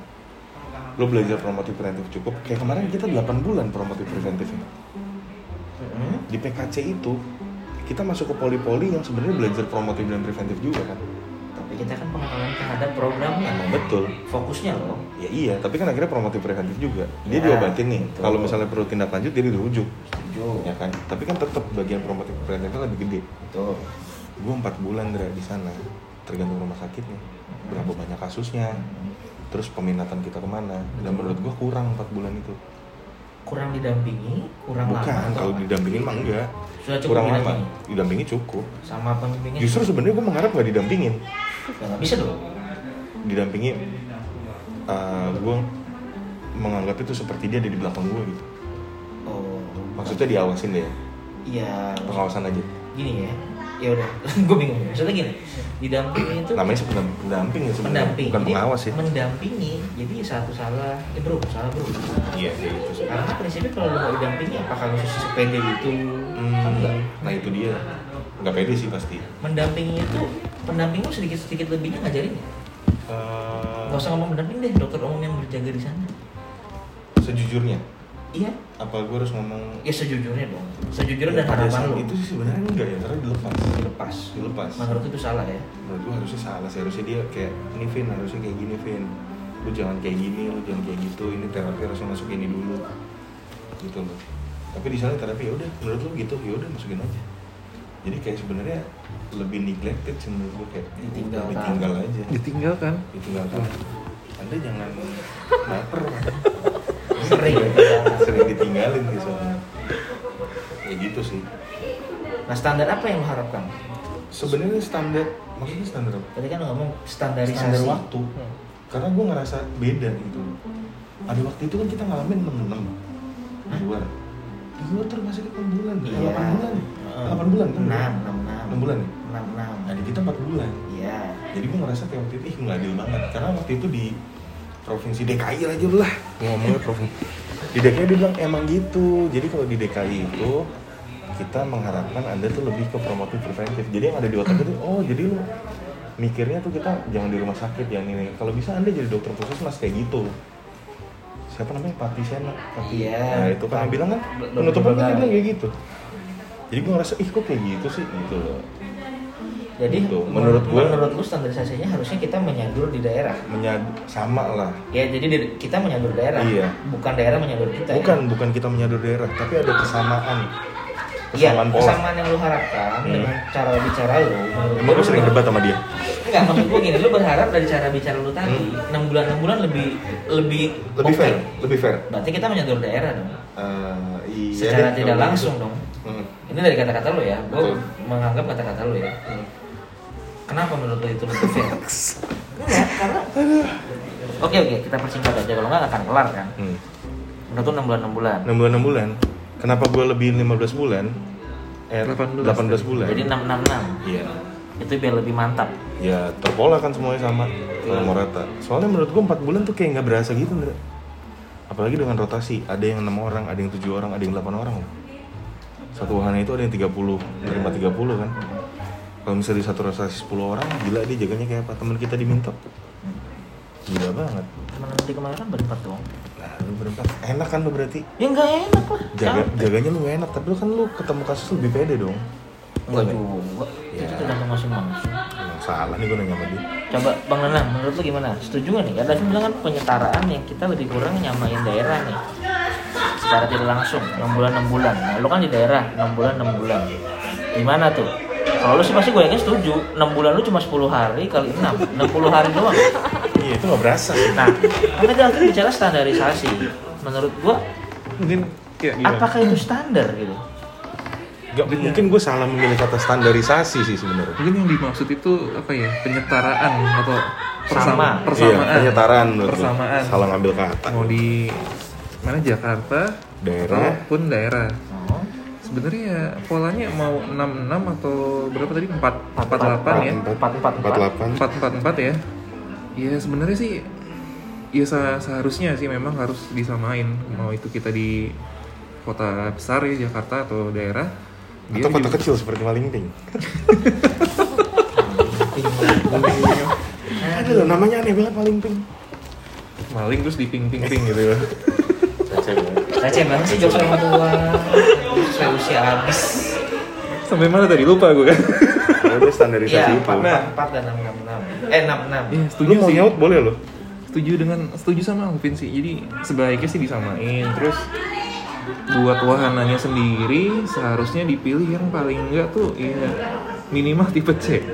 A: lo belajar promotif preventif cukup kayak kemarin kita 8 bulan promotif preventif ini
B: Mm-mm.
A: di PKC itu kita masuk ke poli-poli yang sebenarnya belajar promotif dan preventif juga kan
B: tapi kita kan pengetahuan terhadap programnya
A: emang betul
B: fokusnya loh
A: ya iya tapi kan akhirnya promotif preventif juga dia
B: Ya,
A: diobatin nih
B: betul.
A: kalau misalnya perlu tindak lanjut dia dirujuk
B: setuju
A: ya kan tapi kan tetap bagian promotif preventifnya lebih gede
B: betul
A: gue empat bulan dari di sana tergantung rumah sakitnya berapa banyak kasusnya terus peminatan kita kemana dan menurut gue kurang empat bulan itu
B: kurang didampingi kurang lama
A: bukan
B: atau
A: kalau
B: apa?
A: didampingin mah enggak
B: sudah cukup
A: kurang lama
B: didampingi?
A: didampingi cukup
B: sama pembimbingnya
A: justru sebenarnya gue mengharap nggak didampingin
B: ya nggak bisa dong
A: didampingi gue menganggap itu seperti dia ada di belakang gue gitu
B: oh
A: maksudnya diawasin deh ya,
B: iya
A: pengawasan aja
B: gini ya ya udah gue bingung maksudnya gini didampingi itu
A: namanya sih pendam- pendamping ya sebenarnya
B: mendampingi
A: bukan pengawas sih
B: mendampingi jadi satu salah eh bro salah bro
A: iya kayak gitu sih
B: karena kan prinsipnya kalau lu nggak didampingi apakah lu sepede itu kan
A: Hmm,
B: enggak
A: nah itu dia nggak pede sih pasti
B: mendampingi itu pendamping lu sedikit sedikit lebihnya ngajarin ya?
A: Eh,
B: Gak usah ngomong pendamping deh, dokter umum yang berjaga di sana.
A: sejujurnya
B: Iya,
A: apa gue harus ngomong
B: ya sejujurnya dong.
A: Ya,
B: Sejujurnya dan
A: pada
B: harapan
A: saat
B: lu.
A: itu sih sebenarnya enggak ya karena dilepas
B: dilepas.
A: dilepas
B: Menurut itu salah ya.
A: menurut gue harusnya salah sih harusnya dia kayak ini Vin harusnya kayak gini Vin lu jangan kayak gini lu jangan kayak gitu ini terapi harusnya masuk ini dulu gitu loh tapi di sana terapi ya udah menurut lu gitu ya udah masukin aja jadi kayak sebenarnya lebih neglected sih menurut gue kayak ya udah,
B: Ditinggal.
A: ditinggal aja
C: ditinggalkan
A: ditinggalkan
B: Hmm.
A: anda jangan baper
B: Sering.
A: sering ditinggalin sih soalnya ya gitu sih
B: Nah standar apa yang lo harapkan?
A: sebenarnya standar maksudnya standar apa?
B: Tadi kan lo ngomong standarisasi.
A: standar waktu
B: Hmm.
A: karena gue ngerasa beda gitu loh. ada waktu itu kan kita ngalamin 6 di luar di luar tuh masih 8 bulan
B: Iya.
A: delapan bulan
B: Eh,
A: 8 bulan kan
B: Enam, enam, enam.
A: Enam bulan ya?
B: Enam, enam.
A: nah di kita 4 bulan
B: Iya.
A: jadi gue ngerasa kayak waktu itu ih nggak adil banget karena waktu itu di provinsi DKI aja lah Gua ngomongnya provinsi di DKI dia bilang emang gitu jadi kalau di DKI itu kita mengharapkan anda tuh lebih ke promotif preventif jadi yang ada di otak itu oh jadi lu mikirnya tuh kita jangan di rumah sakit yang ini kalau bisa anda jadi dokter khusus mas kayak gitu siapa namanya Pati Sena Pati
B: Iya.
A: nah itu kan yang bilang kan
B: Belum
A: penutupan kan dia
B: dibenar.
A: bilang kayak gitu jadi gue ngerasa ih kok kayak gitu sih gitu loh
B: Jadi
A: Gitu. Menurut gua-
B: menurut lu standarisasinya harusnya kita menyadur di daerah.
A: menyadu sama lah
B: Ya jadi di- kita menyadur daerah.
A: Iya.
B: Bukan daerah menyadur kita. ya.
A: Bukan, bukan kita menyadu daerah, tapi ada kesamaan.
B: Iya,
A: kesamaan pola.
B: kesamaan yang lu harapkan
A: Hmm.
B: dengan cara bicara lu. menurut
A: Emang lu sering debat sama dia?
B: Enggak, maksud gue gini, lu berharap dari cara bicara lu tadi 6 bulan 6 bulan lebih lebih
E: lebih
B: oke.
E: fair lebih fair
B: Berarti kita menyentuh daerah dong.
E: Eh, iya
B: Secara
E: deh,
B: tidak
E: kalau
B: langsung
E: gitu.
B: dong.
E: Hmm.
B: Ini dari kata-kata lu ya. Gue
E: Betul.
B: menganggap kata-kata lu ya.
E: Hmm.
B: Kenapa menurut lu itu lebih fair? Enggak, karena Oke oke, kita persingkat aja kalau nggak akan kelar kan.
A: Hmm.
B: Menurut lu 6 bulan 6 bulan.
A: 6 bulan 6 bulan. Kenapa gue lebih 15 bulan? Eh,
C: 18
A: 18, bulan.
B: Jadi 666
A: Iya.
B: itu biar lebih mantap.
A: Ya terpola kan semuanya sama. Kalau mau rata. Soalnya menurut gue 4 bulan tuh kayak nggak berasa gitu, Ndra. Apalagi dengan rotasi, ada yang 6 orang, ada yang 7 orang, ada yang 8 orang. loh. Satu wahana itu ada yang 30, terima 30 kan. Kalau misalnya di satu rotasi 10 orang, gila dia jaganya kayak apa? Temen kita diminta. Gila banget.
B: Temen nanti kemarin kan berempat doang.
A: Nah, lu berempat enak kan lu berarti?
B: Ya nggak enak lah.
A: Jaga,
B: Capek.
A: jaganya lu gak enak, tapi lu kan lu ketemu kasus lebih pede dong.
B: Enggak juga. Itu
A: Ya.
B: tergantung masing-masing.
A: Emang salah nih gue nanya sama dia.
B: Coba Bang Nanang, menurut lu gimana? Setuju nggak nih? Ada yang bilang kan penyetaraan yang kita lebih kurang nyamain daerah nih. Secara tidak langsung, 6 bulan 6 bulan. Nah, lu kan di daerah 6 bulan 6 bulan. Gimana tuh? Kalau lu sih pasti gue yakin setuju. 6 bulan lu cuma 10 hari kali 6, 60 hari doang.
A: Iya itu gak berasa.
B: Nah, kan tadi Alvin bicara standarisasi. Menurut gua,
C: mungkin
A: Iya.
C: ya gimana?
B: apakah itu standar gitu?
A: Gak, mungkin gue salah memilih kata standarisasi sih sebenarnya.
C: mungkin yang dimaksud itu apa ya penyetaraan atau
B: Sama.
C: persama,
A: Iya,
C: persamaan
A: penyetaraan menurut lu.
C: persamaan
A: Salah ngambil kata.
C: mau di mana Jakarta
A: Daerah.
C: ataupun daerah
B: Oh,
C: sebenarnya ya, polanya mau 66 atau berapa tadi 4 48 ya
A: 48.
B: 444.
C: 444 ya ya sebenarnya sih ya se- seharusnya sih memang harus disamain mau itu kita di kota besar ya Jakarta atau daerah dia
A: Atau kota
C: di-
A: kecil seperti Malingping. Ada loh namanya aneh banget Malingping.
C: maling terus di ping ping ping gitu ya
A: ya.
B: Receh banget Nah, sih jokes orang tua. Saya usia habis.
C: sampai mana tadi lupa gue kan
A: Kalau dia standarisasi
B: Iya,
A: itu.
B: 444 dan 666. Eh, 66.
C: ya
A: Lu
C: setuju
A: mau
C: sih
A: nyaut boleh loh.
C: setuju dengan setuju sama Alvin sih jadi sebaiknya sih disamain terus buat wahananya sendiri seharusnya dipilih yang paling enggak tuh ya minimal tipe C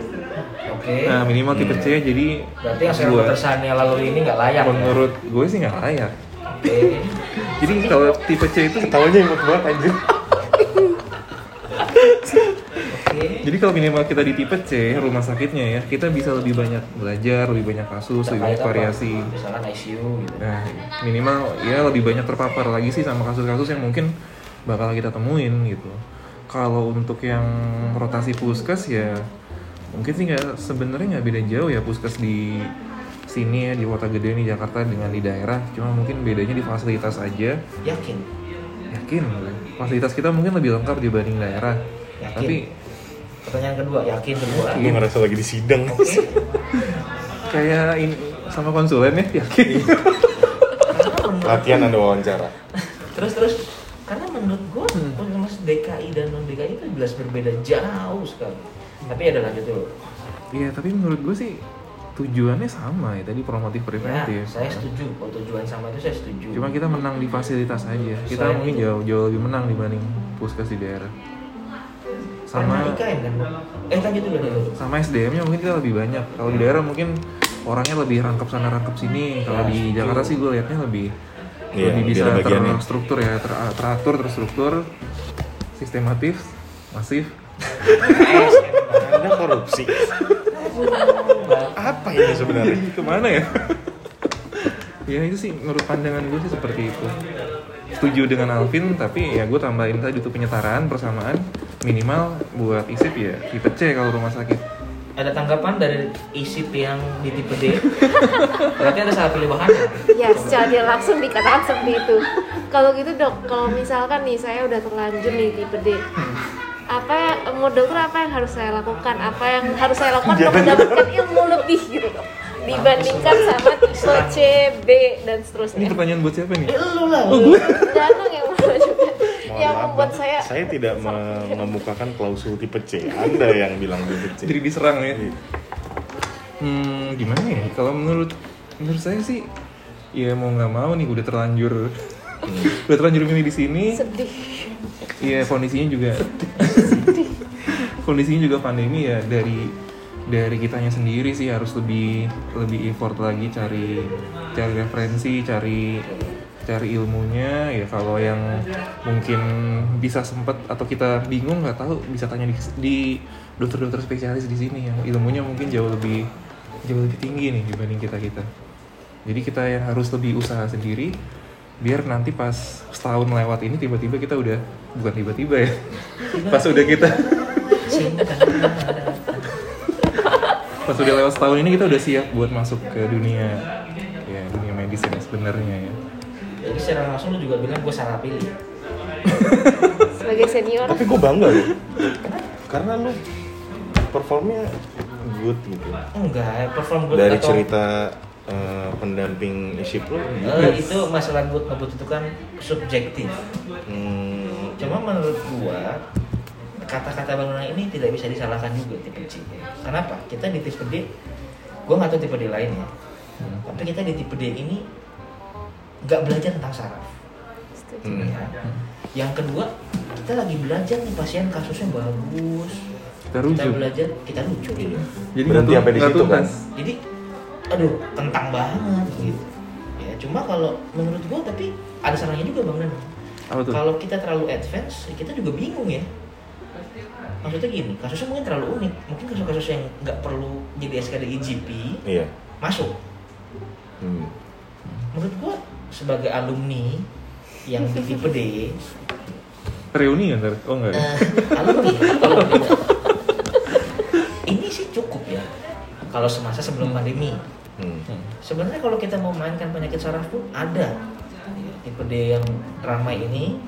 B: Oke.
C: nah minimal tipe C jadi
B: Berarti yang sekarang
C: buat-
B: tersania lalu ini nggak layak. ya?
C: menurut gue sih nggak layak
B: Oke.
C: jadi kalau tipe C itu
A: Ketawanya imut banget anjir.
B: Oke.
C: jadi kalau minimal kita di tipe C rumah sakitnya ya kita bisa lebih banyak belajar lebih banyak kasus
B: Terkait
C: lebih banyak
B: apa?
C: variasi
B: Misalkan ICU gitu.
C: Nah, minimal ya lebih banyak terpapar lagi sih sama kasus-kasus yang mungkin bakal kita temuin gitu. Kalau untuk yang rotasi puskes ya mungkin sih nggak sebenarnya nggak beda jauh ya puskes di sini ya di kota gede nih Jakarta dengan di daerah. Cuma mungkin bedanya di fasilitas aja.
B: Yakin?
C: Yakin gue. fasilitas kita mungkin lebih lengkap dibanding daerah.
B: Yakin.
C: Tapi
B: Pertanyaan kedua, yakin kedua.
A: Gue ngerasa lagi di sidang.
C: kayak ini sama konsulen ya yakin.
B: Iya.
A: Latihan ada wawancara.
B: terus terus karena menurut gue mas DKI dan non DKI itu jelas berbeda jauh sekali tapi ada lanjut dulu
C: Iya tapi menurut gue sih tujuannya sama ya tadi promotif
B: ya
C: preventif.
B: saya setuju kalau tujuan sama itu saya setuju
C: Cuma kita menang di fasilitas aja. Kita
B: Selain
C: mungkin
B: itu-
C: jauh jauh lebih menang dibanding puskes di daerah.
B: sama
C: Sama
B: IKM kan eh lanjut dulu dulu
C: sama SDM-nya mungkin kita lebih banyak. Kalau di daerah mungkin orangnya lebih rangkap sana rangkap sini. Kalau di Jakarta sih gue liatnya lebih
A: Iya,
C: lebih
A: lebih
C: bisa
A: ada bagiannya.
C: terstruktur ya, ter- teratur, terstruktur, sistematif, masif.
A: Anda korupsi. Apa ini sebenarnya?
C: Jadi kemana ya? ya itu sih menurut pandangan gue sih seperti itu. Setuju dengan Alvin, tapi ya gue tambahin tadi itu penyetaraan, persamaan minimal buat isip ya tipe C kalau rumah sakit.
B: ada tanggapan dari isip yang di tipe D berarti ada salah pilih wahana
D: ya secara dia langsung dikatakan seperti itu kalau gitu dok kalau misalkan nih saya udah terlanjur nih tipe D apa yang mau dokter apa yang harus saya lakukan apa yang harus saya lakukan untuk mendapatkan ilmu lebih gitu dok dibandingkan sama tipe C B
C: Ini
D: dan seterusnya
C: pertanyaan buat siapa nih?
B: lu lah lu
D: Danung yang menunjukkan
A: Mohon
D: yang
A: maaf,
D: membuat
A: Bang.
D: saya
A: saya tidak me- mengemukakan klausul tipe C. Anda yang bilang gitu. tipe C.
C: Jadi diserang ya. Hmm, gimana ya? Kalau menurut menurut saya sih ya mau nggak mau nih udah terlanjur udah terlanjur milih di sini
D: sedih
C: Iya kondisinya juga kondisinya juga pandemi ya dari dari kitanya sendiri sih harus lebih lebih effort lagi cari cari referensi cari cari ilmunya ya kalau yang mungkin bisa sempet atau kita bingung nggak tahu bisa tanya di, di dokter-dokter spesialis di sini yang ilmunya mungkin jauh lebih jauh lebih tinggi nih dibanding kita kita jadi kita yang harus lebih usaha sendiri biar nanti pas setahun lewat ini tiba-tiba kita udah bukan tiba-tiba ya pas udah kita pas udah lewat setahun ini kita udah siap buat masuk ke dunia ya dunia medis yang sebenarnya ya
B: Jadi secara langsung lu juga bilang gue salah pilih.
D: sebagai senior
A: tapi gue bangga loh karena lu performnya good gitu
B: Enggak, perform good
A: dari
B: atau-
A: cerita eh, pendamping isip lu gitu.
B: Eh, itu masalah good ngebut itu kan subjektif.
A: Hmm,
B: Cuma menurut gua kata-kata Bang Nona ini tidak bisa disalahkan juga tipe C. Kenapa? Kita di tipe D, gua nggak tahu tipe D lain ya.
A: Hmm.
B: Tapi kita di tipe D ini nggak belajar tentang saraf.
D: Setuju.
A: hmm.
B: ya. Yang kedua, kita lagi belajar nih pasien kasusnya bagus. Kita
C: kita rujuk
B: belajar, kita lucu gitu.
A: Hmm.
C: jadi
A: Berhenti
C: nggak
A: sampai di
C: nggak
A: situ, kan?
C: tuntas.
B: Jadi, aduh, kentang banget gitu. Ya, cuma kalau menurut gua tapi ada salahnya juga Bang Nona.
C: apa tuh
B: Kalau kita terlalu advance, kita juga bingung ya. Maksudnya gini, kasusnya mungkin terlalu unik. Mungkin kasus-kasus yang nggak perlu jadi SKD IGP
A: iya
B: masuk.
A: hmm.
B: Menurut gua sebagai alumni yang di tipe D,
C: reuni ya ntar oh enggak
B: eh, alumni, alumni. ini sih cukup ya. Kalau semasa sebelum pandemi,
A: Hmm.
B: sebenarnya kalau kita mau mainkan penyakit saraf pun ada tipe D yang ramai ini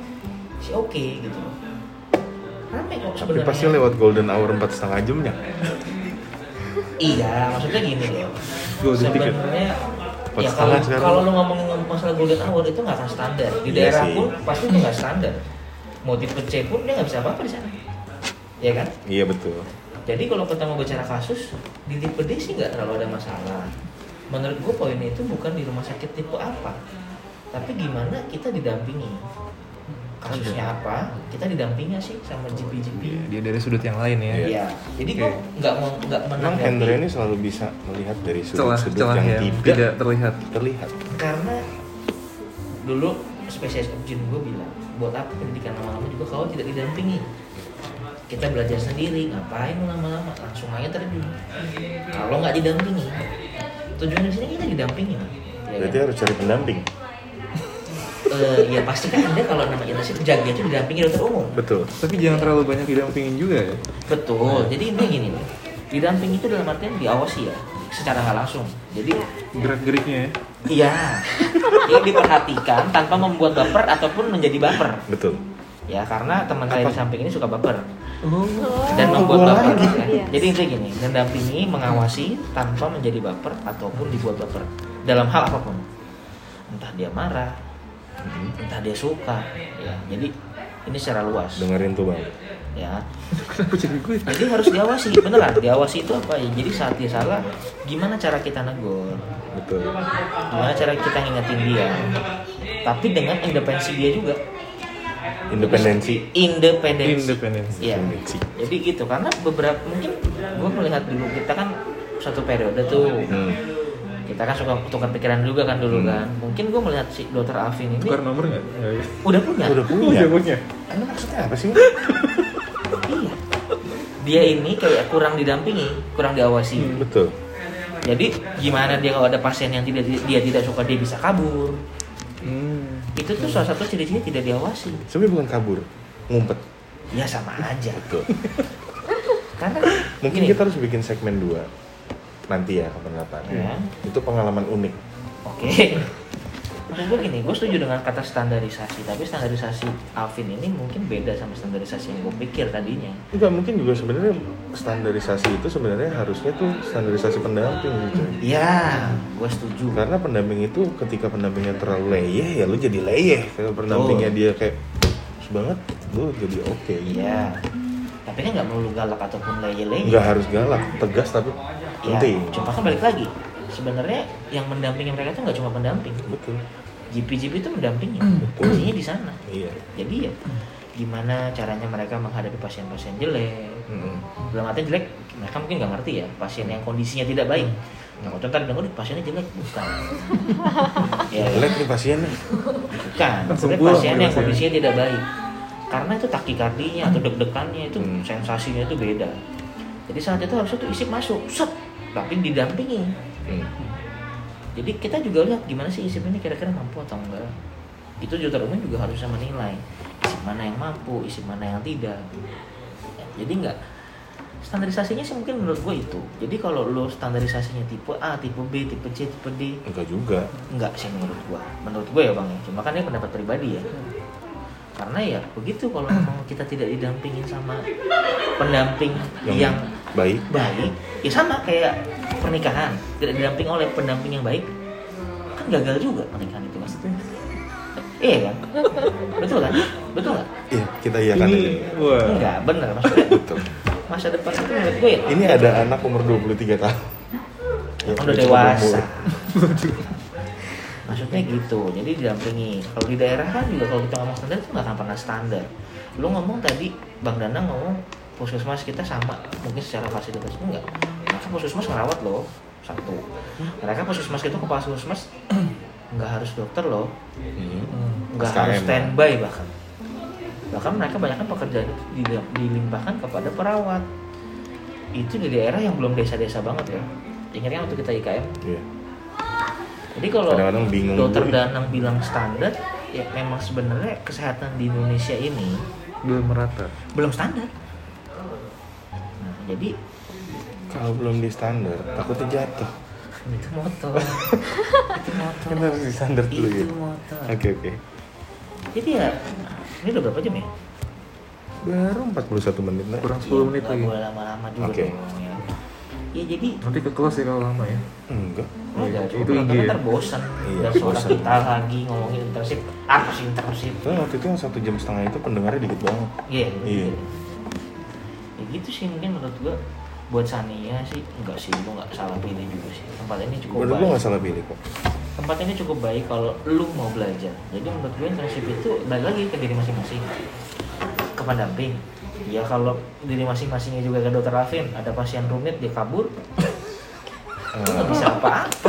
B: sih oke gitu. Ramai kok
A: Tapi
B: sebenarnya.
A: pasti lewat golden hour empat setengah ya? jamnya.
B: Iya, maksudnya gini loh.
C: Golden ticket.
B: Sebenarnya
A: Pas
B: ya kalau
A: standar sekarang.
B: kalau lu ngomongin masalah golden hour itu nggak akan standar. Di
A: Iya
B: daerah
A: sih.
B: pun pasti itu nggak standar. Mau tipe C pun dia nggak bisa apa-apa di sana. Ya kan?
A: Iya betul.
B: Jadi kalau kita mau bicara kasus di tipe D sih nggak terlalu ada masalah. Menurut gue poinnya itu bukan di rumah sakit tipe apa, tapi gimana kita didampingi. Kasusnya apa? Kita didampingi sih sama
C: Iya,
B: GP-GP.
C: dia dari sudut yang lain ya
A: Iya.
B: Iya. Jadi gue
C: Oke.
B: nggak mau nggak
A: Memang
B: menanggapi-
A: Hendra ini selalu bisa melihat dari sudut-sudut
C: celah-celah
A: yang,
C: yang,
A: tidak,
C: ya, tidak terlihat
A: terlihat.
B: karena dulu spesies objin gue bilang buat apa pendidikan lama-lama juga kalau tidak didampingi kita belajar sendiri ngapain lu lama-lama langsung aja terjun kalau nggak didampingi tujuan di sini kita didampingi ya,
A: Berarti
B: kan?
A: harus cari pendamping.
B: Eh, ya pasti kan ada kalau nama internship jaga itu didampingi dokter umum
A: Betul.
C: tapi jangan terlalu banyak didampingin juga ya
B: betul jadi intinya gini nih didampingi itu dalam artian diawasi ya secara nggak langsung jadi
C: gerak-geriknya ya
B: iya ini diperhatikan tanpa membuat baper ataupun menjadi baper
A: Betul.
B: ya karena teman saya di samping ini suka baper
C: oh
B: dan
A: Oh,
B: membuat
A: bola
B: baper
A: lagi.
B: ya.
D: Iya.
B: jadi intinya gini mendampingi mengawasi tanpa menjadi baper ataupun dibuat baper dalam hal apapun entah dia marah entah dia suka ya jadi ini secara luas
A: Dengerin tuh bang.
B: ya
C: kenapa jadi gue
B: jadi harus diawasi beneran diawasi itu apa ya jadi saat dia salah gimana cara kita negur
A: Betul.
B: gimana cara kita ngingetin dia tapi dengan independensi dia juga
A: Independensi.
B: independensi
C: independensi
B: Iya.
A: Independensi.
B: Jadi gitu karena beberapa mungkin gue melihat dulu kita kan satu periode tuh
A: Hmm.
B: kita kan suka tukar pikiran juga kan dulu kan. Mungkin gue melihat si dokter Alvin ini
C: tukar nomor nggak Nggak ya.
B: udah punya.
A: Udah punya. Hmm.
C: Udah punya
A: Emang maksudnya apa sih?
B: Iya. Dia ini kayak kurang didampingi, kurang diawasi.
A: Betul.
B: Jadi gimana dia kalau ada pasien yang tidak dia tidak suka dia bisa kabur.
C: Hmm.
B: Itu tuh salah satu ciri-ciri tidak diawasi.
A: Sebenarnya bukan kabur, ngumpet.
B: Ya sama aja.
A: Betul.
B: Karena
A: Mungkin
B: gini,
A: kita harus bikin segmen 2 nanti ya kapan-kapan.
B: Iya.
A: Itu pengalaman unik.
B: Oke. Maksud gue gini, gue setuju dengan kata standarisasi, tapi standarisasi Alvin ini mungkin beda sama standarisasi yang gue pikir tadinya.
A: Enggak mungkin juga sebenarnya standarisasi itu sebenarnya harusnya tuh standarisasi pendamping gitu.
B: Ya, gue setuju.
A: Karena pendamping itu ketika pendampingnya terlalu leyeh ya lu jadi leyeh. Kalau pendampingnya dia kayak "Bagus banget, lu jadi oke.
B: Iya. Tapi kan nggak melulu galak ataupun leye-leye.
A: Nggak harus galak, tegas tapi
B: Ya,
A: penting.
B: Cuma kan balik lagi, sebenarnya yang mendampingi mereka itu nggak cuma pendamping.
A: Betul.
B: GP-GP itu mendampingi kuncinya di sana
A: Hmm. Iya.
B: jadi ya gimana caranya mereka menghadapi pasien-pasien jelek
A: Mm-mm.
B: dalam artian jelek mereka mungkin nggak ngerti ya pasien yang kondisinya tidak baik
C: Hmm.
B: nah kalau contoh dibilang, "Oh, pasiennya jelek bukan ya
A: Jelek nih pasiennya.
B: bukan
C: Langsung
B: Maksudnya
C: pulang
B: pasien
C: ya,
B: yang
C: pasien.
B: kondisinya tidak baik karena itu takikardinya atau deg-degannya itu
A: Hmm.
B: sensasinya itu beda jadi saat itu harusnya tuh isip masuk set tapi didampingi
A: Hmm.
B: Mm. jadi kita juga lihat gimana sih isip ini kira-kira mampu atau enggak itu dokter umum juga harusnya menilai isip mana yang mampu isip mana yang tidak jadi enggak standarisasinya sih mungkin menurut gue itu jadi kalau lo standarisasinya tipe A tipe B tipe C tipe D
A: Enggak juga.
B: enggak sih menurut gua menurut gua ya bang ya cuma kan ini pendapat pribadi ya karena ya begitu kalau memang kita tidak didampingin sama pendamping yang,
A: Yang, baik.
B: baik ya sama kayak pernikahan tidak didamping oleh pendamping yang baik kan gagal juga pernikahan itu mas iya kan betul kan betul nggak
A: Iya, kita iya kan.
C: Ini, wah.
B: enggak bener maksudnya
A: Betul.
B: masa depan itu menurut gue ya
A: Ini ada anak umur 23 tahun. Ya,
B: udah
A: cukup
B: dewasa
A: umur.
B: maksudnya gitu jadi didampingi kalau di daerah kan juga kalau kita ngomong standar itu nggak akan pernah standar lu ngomong tadi bang danang ngomong puskesmas kita sama mungkin secara fasilitas enggak maka puskesmas ngerawat loh satu mereka puskesmas itu kepala puskesmas nggak harus dokter loh
A: Hmm.
B: nggak
A: SKM.
B: harus standby bahkan bahkan mereka banyak pekerjaan itu dil- dilimpahkan kepada perawat itu di daerah yang belum desa-desa banget ya ingatnya waktu kita IKM
A: Iya.
B: jadi kalau
A: Kadang-kadang bingung
B: dokter
A: juga.
B: Danang bilang standar, ya memang sebenarnya kesehatan di Indonesia ini
C: belum merata
B: belum standar. Nah, jadi
A: Kalau belum di standar, takutnya jatuh.
B: itu motor, itu motor,
A: Kan harus di standar dulu ya.
C: iya.
B: itu motor.
A: Oke, oke.
B: Jadi ya ini udah berapa jam ya?
A: Baru 41 menit. Nay.
C: kurang 10 menit
B: Nggak
C: lagi
B: boleh lama-lama juga
A: Oke.
B: ngomongnya. Ya jadi
C: nanti ke kelas ya kalau lama ya
A: Enggak.
B: Oh,
C: Iya,
B: itu
C: itu IG ya?
B: ntar bosan
A: Iya,
B: dan suara
A: bosan.
B: kita lagi ngomongin ah, internship apa sih internship
A: Tapi waktu itu yang satu jam setengah itu pendengarnya dikit banget.
B: Iya.
A: Iya.
B: Ya gitu sih mungkin menurut gua buat Sania sih enggak sih lu nggak salah pilih juga sih tempat ini cukup
A: Menurut gua
B: baik
A: nggak salah pilih kok.
B: tempat ini cukup baik kalau lu mau belajar jadi menurut gue internship itu balik lagi ke diri masing-masing ke pendamping ya kalau diri masing-masingnya juga ke dokter Afin ada pasien rumit dia kabur lu nggak bisa
A: Ah.
B: apa-apa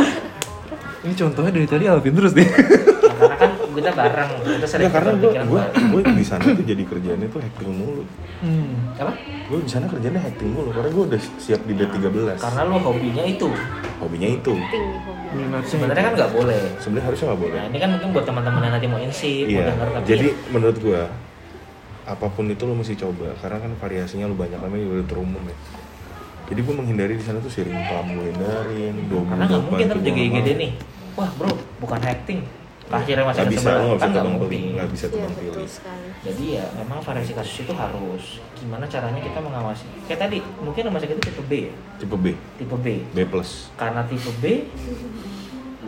C: ini contohnya dari tadi Alvin terus deh
B: Ya, karena kan kita bareng kita
A: Ya
B: sering
A: karena gua
B: berpikiran
A: gua
B: bareng.
A: gua di sana tuh jadi kerjaannya tuh hacking mulu.
C: hmm.
B: apa
A: Gua di sana kerjaannya hacking mulu karena gua udah siap di D13.
B: karena lu hobinya itu
A: hobinya itu.
D: tinggi hobi.
C: minatnya
B: sebenarnya kan nggak boleh
A: Sebenarnya harusnya nggak boleh.
B: Nah ini kan mungkin buat teman-teman yang nanti mau insip, mau
A: Iya.
B: denger tapi
A: Jadi
B: ya,
A: menurut gua apapun itu lo mesti coba karena kan variasinya lu banyak namanya udah terumum ya. Jadi gua menghindari di sana tuh siring pelam gue hindarin, dua
B: Hmm, karena nggak mungkin terus juga IGD nih. Wah bro, bukan acting. Akhirnya masih
A: nggak bisa, lo nggak
B: ketebaran,
A: bisa
B: kan nggak
A: tebang
B: mungkin.
A: pilih, nggak bisa
D: Iya
A: tebang
D: betul
A: pilih.
D: sekali.
B: Jadi ya memang variasi kasus itu harus gimana caranya kita mengawasi. Kayak tadi mungkin rumah sakit itu tipe B ya,
A: Tipe B,
B: tipe B.
A: B plus.
B: Karena tipe B,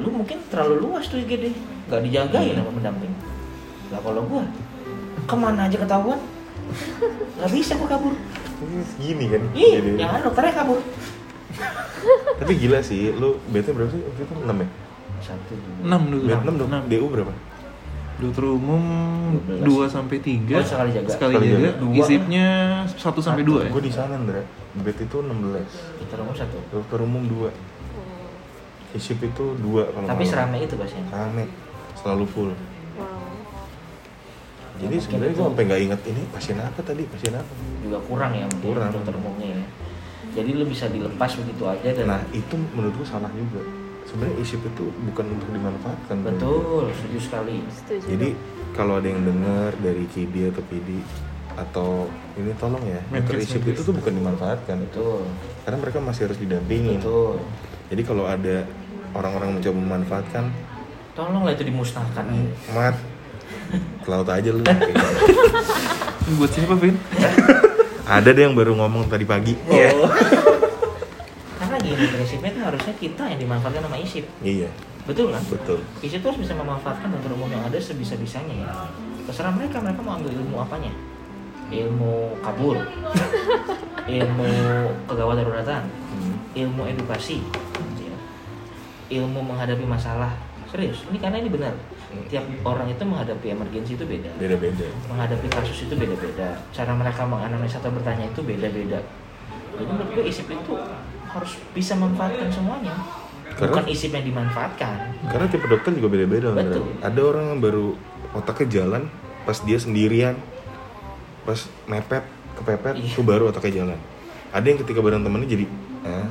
B: lu mungkin terlalu luas tuh IGD, nggak dijagain sama pendamping. Lah kalau gua, kemana aja ketahuan, nggak bisa gua kabur.
D: Iya,
A: Ini Gini kan.
B: Ih,
A: jadi-
B: yang ada dokternya kabur.
A: Tapi gila sih, lu BT berapa sih? Waktu itu 6 ya?
B: Satu, dua,
C: 6 dulu
A: B 6 dong, DU berapa?
C: Dokter umum
B: 12.
C: 2 sampai 3
B: Oh, sekali jaga.
C: Sekali
A: Sekali
C: jaga.
A: jaga.
B: Dua.
C: Isipnya 1 sampai 2 ya?
A: Gue di sana, Ndra. BT itu 16.
B: kita nomor satu.
A: Dokter umum 2. Isip itu 2 kalau
B: Tapi
A: malam.
B: seramai itu pasien.
A: Rame. Selalu full.
D: Wow.
A: Jadi
B: Mungkin
A: sebenarnya
B: itu-
A: gue sampai nggak inget ini pasien apa tadi, pasien apa.
B: juga kurang ya mungkin
A: Kurang.
B: dokter umumnya ya. Jadi lu bisa dilepas begitu aja dan
A: Nah itu menurut gue salah juga. Sebenarnya isip itu bukan untuk dimanfaatkan. Bro.
B: betul setuju sekali.
D: Setuju.
A: Jadi kalau ada yang dengar dari Kidi atau Pidi atau ini tolong ya, dokter
C: Medis,
A: isip
C: medis.
A: itu tuh bukan dimanfaatkan.
B: Betul.
A: Karena mereka masih harus didampingin.
B: Betul.
A: Jadi kalau ada orang-orang mencoba memanfaatkan,
B: Tolonglah itu dimusnahkan.
A: mat ke laut aja lu.
C: Ini Buat siapa, Vin?
A: ada deh yang baru ngomong tadi pagi.
C: Oh.
B: Iya. Karena gini prinsipnya itu harusnya kita yang dimanfaatkan sama isip.
A: Iya,
B: Betul kan?
A: betul.
B: Isip tuh harus bisa memanfaatkan dokter umum yang ada sebisa-bisanya ya. Terserah mereka mereka mau ambil ilmu apanya. Ilmu kabur. ilmu kegawat daruratan.
A: Hmm.
B: ilmu edukasi ya. ilmu menghadapi masalah Serius, ini karena ini benar.
A: Hmm.
B: Tiap orang itu menghadapi emergensi itu beda.
A: beda-beda
B: Menghadapi kasus itu beda-beda. Cara mereka menganalisa atau bertanya itu beda-beda. Jadi menurut gue isip itu harus bisa memanfaatkan semuanya.
A: Karena-
B: Bukan isip yang dimanfaatkan.
A: karena tipe dokter juga beda-beda kan
B: Betul.
A: ada orang yang baru otaknya jalan pas dia sendirian pas mepet kepepet
B: Iya.
A: itu baru otaknya jalan ada yang ketika bareng temennya jadi eh,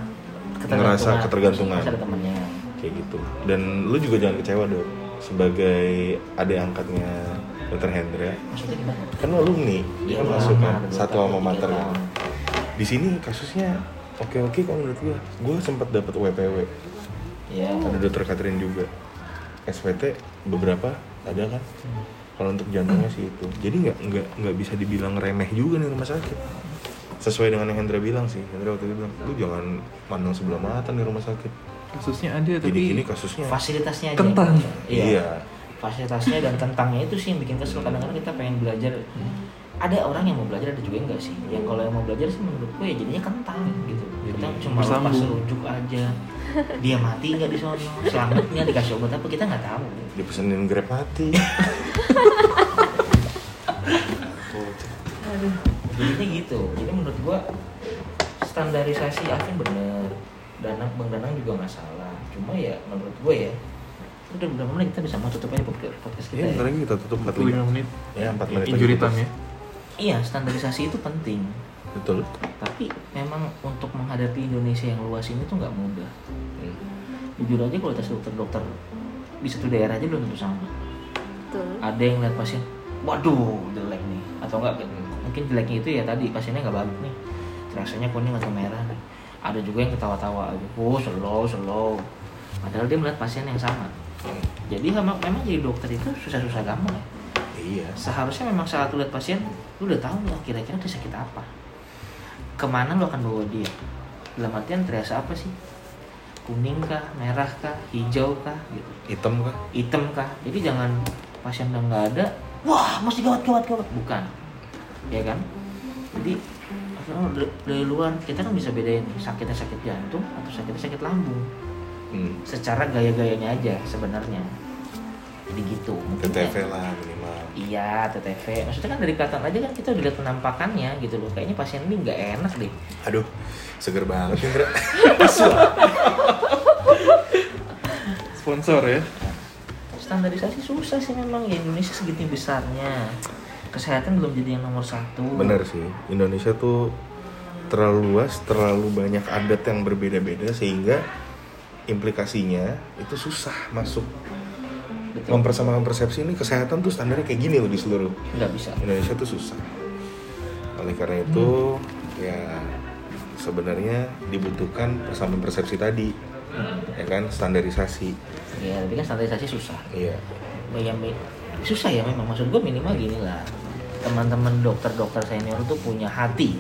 A: ngerasa ketergantungan
B: Harus ada temannya.
A: kayak gitu dan lu juga jangan kecewa dong sebagai adik angkatnya Dr. Hendra
B: Maksudnya gimana?
A: kan alumni dia kan
B: Iya,
A: masuk kan
B: betul.
A: satu alma mater kan di sini kasusnya oke oke kalau menurut gue gue sempat dapat WPW
B: Ya.
C: Oh.
A: ada dokter Catherine juga SWT beberapa ada kan
C: Hmm.
A: kalau untuk jantungnya sih itu jadi nggak nggak nggak bisa dibilang remeh juga nih rumah sakit sesuai dengan yang Hendra bilang sih Hendra waktu itu bilang lu jangan pandang sebelah mata nih rumah sakit
C: kasusnya ada
A: jadi
C: tapi
A: gini kasusnya
B: Fasilitasnya aja.
C: Kentang.
B: Iya.
A: iya
B: Fasilitasnya dan kentangnya itu sih yang bikin kesel. Kadang-kadang kita pengen belajar. Ada orang yang mau belajar, ada juga yang enggak sih. Ya kalau yang mau belajar sih menurut gue ya jadinya kentang gitu. kita
C: Jadi,
B: cuma
C: bersambung.
B: lepas rujuk aja. Dia mati nggak di sono, selamat nggak dikasih obat apa kita nggak tahu.
A: dipesenin grab hati
B: Jadinya gitu. Jadi menurut gua standarisasi Alvin bener. Danang Bang Danang juga nggak salah. Cuma ya menurut gue ya udah berapa menit kita bisa mau tutup aja podcast podcast
C: Iya,
B: kita
A: ya bentar
B: ya.
A: lagi kita tutup
C: 45
A: 45
C: menit
A: ya 4 menit lagi
C: injury
A: tutup.
C: time ya
B: Iya, standarisasi itu penting.
A: betul
B: Tapi memang untuk menghadapi Indonesia yang luas ini tuh nggak mudah. Jujur aja kualitas dokter-dokter di satu daerah aja belum tentu sama.
D: betul
A: Ah.
B: Ada yang lihat pasien, waduh jelek nih, atau enggak mungkin jeleknya itu ya tadi pasiennya nggak bagus nih, rasanya kuning atau merah nih. Ada juga yang ketawa-tawa aja, oh slow slow. Padahal dia melihat pasien yang sama. Jadi memang memang jadi dokter itu susah-susah gampang ya
A: iya
B: seharusnya memang saat lu lihat pasien lu udah tahu lah kira-kira dia sakit apa kemana lu akan bawa dia dalam artian triase apa sih kuning kah merah kah hijau kah gitu
A: hitam kah
B: hitam kah jadi jangan pasien udah nggak ada wah mesti gawat gawat gawat bukan ya kan jadi akhirnya dari- dari luar kita kan bisa bedain sakitnya sakit jantung atau sakitnya sakit lambung
A: hmm.
B: secara gaya-gayanya aja sebenarnya jadi gitu Mungkin ya-
A: TTV lah minimal
B: Iya, TTV. Maksudnya kan dari kelihatan aja kan kita udah lihat penampakannya gitu loh. Kayaknya pasien ini nggak enak deh.
A: aduh seger banget Indra
C: sponsor ya
B: Standarisasi susah sih memang ya Indonesia segini besarnya. Kesehatan belum jadi yang nomor satu.
A: Bener sih, Indonesia tuh terlalu luas, terlalu banyak adat yang berbeda-beda sehingga implikasinya itu susah masuk
B: Betul.
A: mempersamakan persepsi ini kesehatan tuh standarnya kayak gini loh di seluruh
B: Nggak bisa.
A: Indonesia tuh susah. Oleh karena itu ya sebenarnya dibutuhkan persamaan persepsi tadi, ya kan standarisasi.
B: Ya, tapi kan standarisasi susah.
A: Iya.
B: Ya, mi- susah ya memang. Maksud gue minimal gini lah. Teman-teman dokter-dokter senior tuh punya hati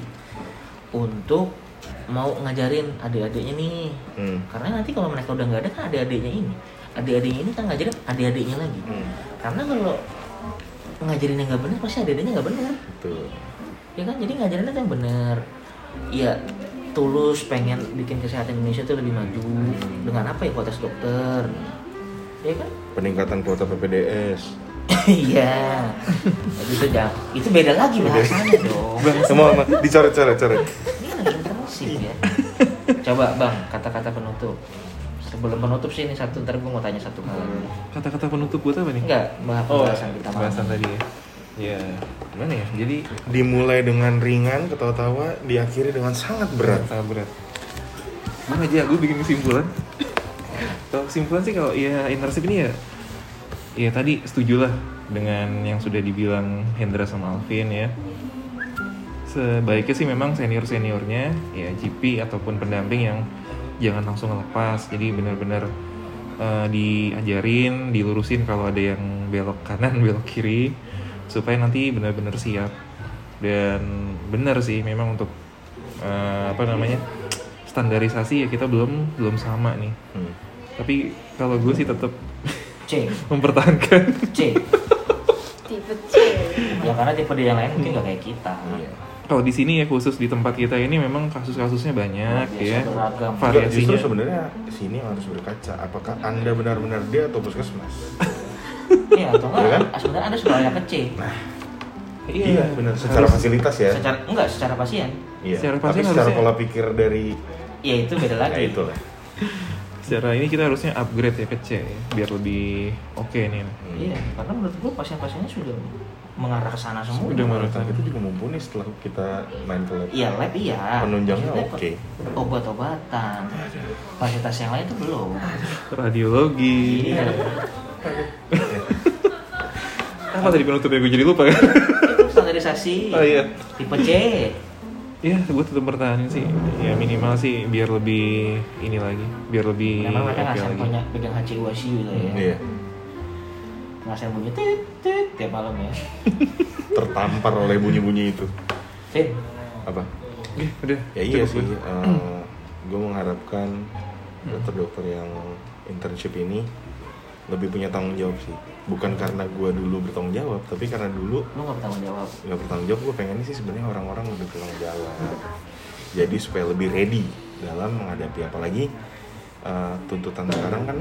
B: untuk mau ngajarin adik-adiknya nih.
A: Hmm.
B: Karena nanti kalau mereka udah nggak ada kan adik-adiknya ini. Adik-adiknya ini kan ngajarin adik-adiknya lagi.
A: Hmm.
B: karena kalau ngajarin yang nggak benar pasti adanya nggak benar
A: Betul.
B: ya kan jadi ngajarin aja yang benar ya tulus pengen bikin kesehatan Indonesia itu lebih maju dengan apa ya kualitas dokter ya kan
A: Peningkatan kuota PPDS.
B: iya Tapi itu jauh itu beda lagi bahasanya dong
A: Bang, semua Bang. dicoret-coret, coret.
B: ini lagi intensif ya coba bang kata-kata penutup sebelum penutup sih ini satu ntar gue mau tanya satu hal
C: kata-kata penutup buat apa nih
B: enggak bahas pembahasan kita malam. Iya.
C: bahasan Oh, tadi ya ya gimana ya jadi
A: dimulai dengan ringan ketawa-tawa diakhiri dengan sangat berat
C: sangat berat mana aja gue bikin kesimpulan kalau kesimpulan sih kalau ya intersip ini ya ya tadi setujulah dengan yang sudah dibilang Hendra sama Alvin ya sebaiknya sih memang senior seniornya ya GP ataupun pendamping yang jangan langsung lepas jadi benar-benar eh, diajarin dilurusin kalau ada yang belok kanan belok kiri supaya nanti benar-benar siap dan benar sih memang untuk eh, apa namanya standarisasi ya kita belum belum sama nih
A: Hmm.
C: tapi kalau gue sih tetap
B: C
C: mempertahankan
B: C
D: tipe C
B: ya karena tipe dia yang lain mungkin nggak kayak kita
A: Iya.
C: kalau di sini ya khusus di tempat kita ini memang kasus-kasusnya
B: Luar
C: banyak
B: biasa,
C: ya
B: beragam.
A: Enggak, justru
C: variasinya
A: sebenarnya sini yang harus berkaca apakah anda benar-benar dia atau puskesmas
B: Iya, atau
A: Iya kan?
B: enggak? Sebenarnya ada Surabaya kecil.
A: Nah, iya benar secara
C: Harus-
A: fasilitas ya
B: Secara enggak secara pasien.
A: iya
C: Secara
A: tapi
C: fasilitas
A: secara
C: harusnya-
A: pola pikir dari
B: Ya itu beda
A: ya
B: lagi.
A: itulah
C: secara ini kita harusnya upgrade ya ke C ya, biar lebih oke nih
A: Hmm.
B: Iya, karena menurut gua pasien-pasiennya sudah mengarah ke sana semua.
C: Udah menurut
A: Tapi itu juga mumpuni setelah kita main ke lab.
B: Iya, lab iya.
A: Penunjangnya
B: Maksudnya
A: oke.
B: Obat-obatan. Fasilitas yang lain itu belum.
C: radiologi
B: Iya.
C: apa tadi penutupnya gue jadi lupa kan
B: itu standarisasi.
C: Oh, iya.
B: Tipe C.
C: ya gue tetap bertahanin sih ya minimal sih biar lebih ini lagi biar lebih
B: Memang
C: Iya, oke
B: mereka ngasih
C: lagi
B: banyak pegang HCUSU gitu ya.
A: Iya.
B: Ngasih bunyi tit tit tiap malam ya.
A: Tertampar oleh bunyi-bunyi itu.
B: Fit.
A: Apa?
C: Eh, udah
A: Ya iya sih.
C: cukup gue.
A: gue mengharapkan dokter-dokter yang internship ini lebih punya tanggung jawab sih. Bukan karena gue dulu bertanggung jawab, tapi karena dulu
B: Lu nggak bertanggung jawab.
A: nggak bertanggung jawab, gue pengen sih sebenarnya orang-orang lebih bertanggung jawab. Jadi supaya lebih ready dalam menghadapi apalagi eh, tuntutan sekarang kan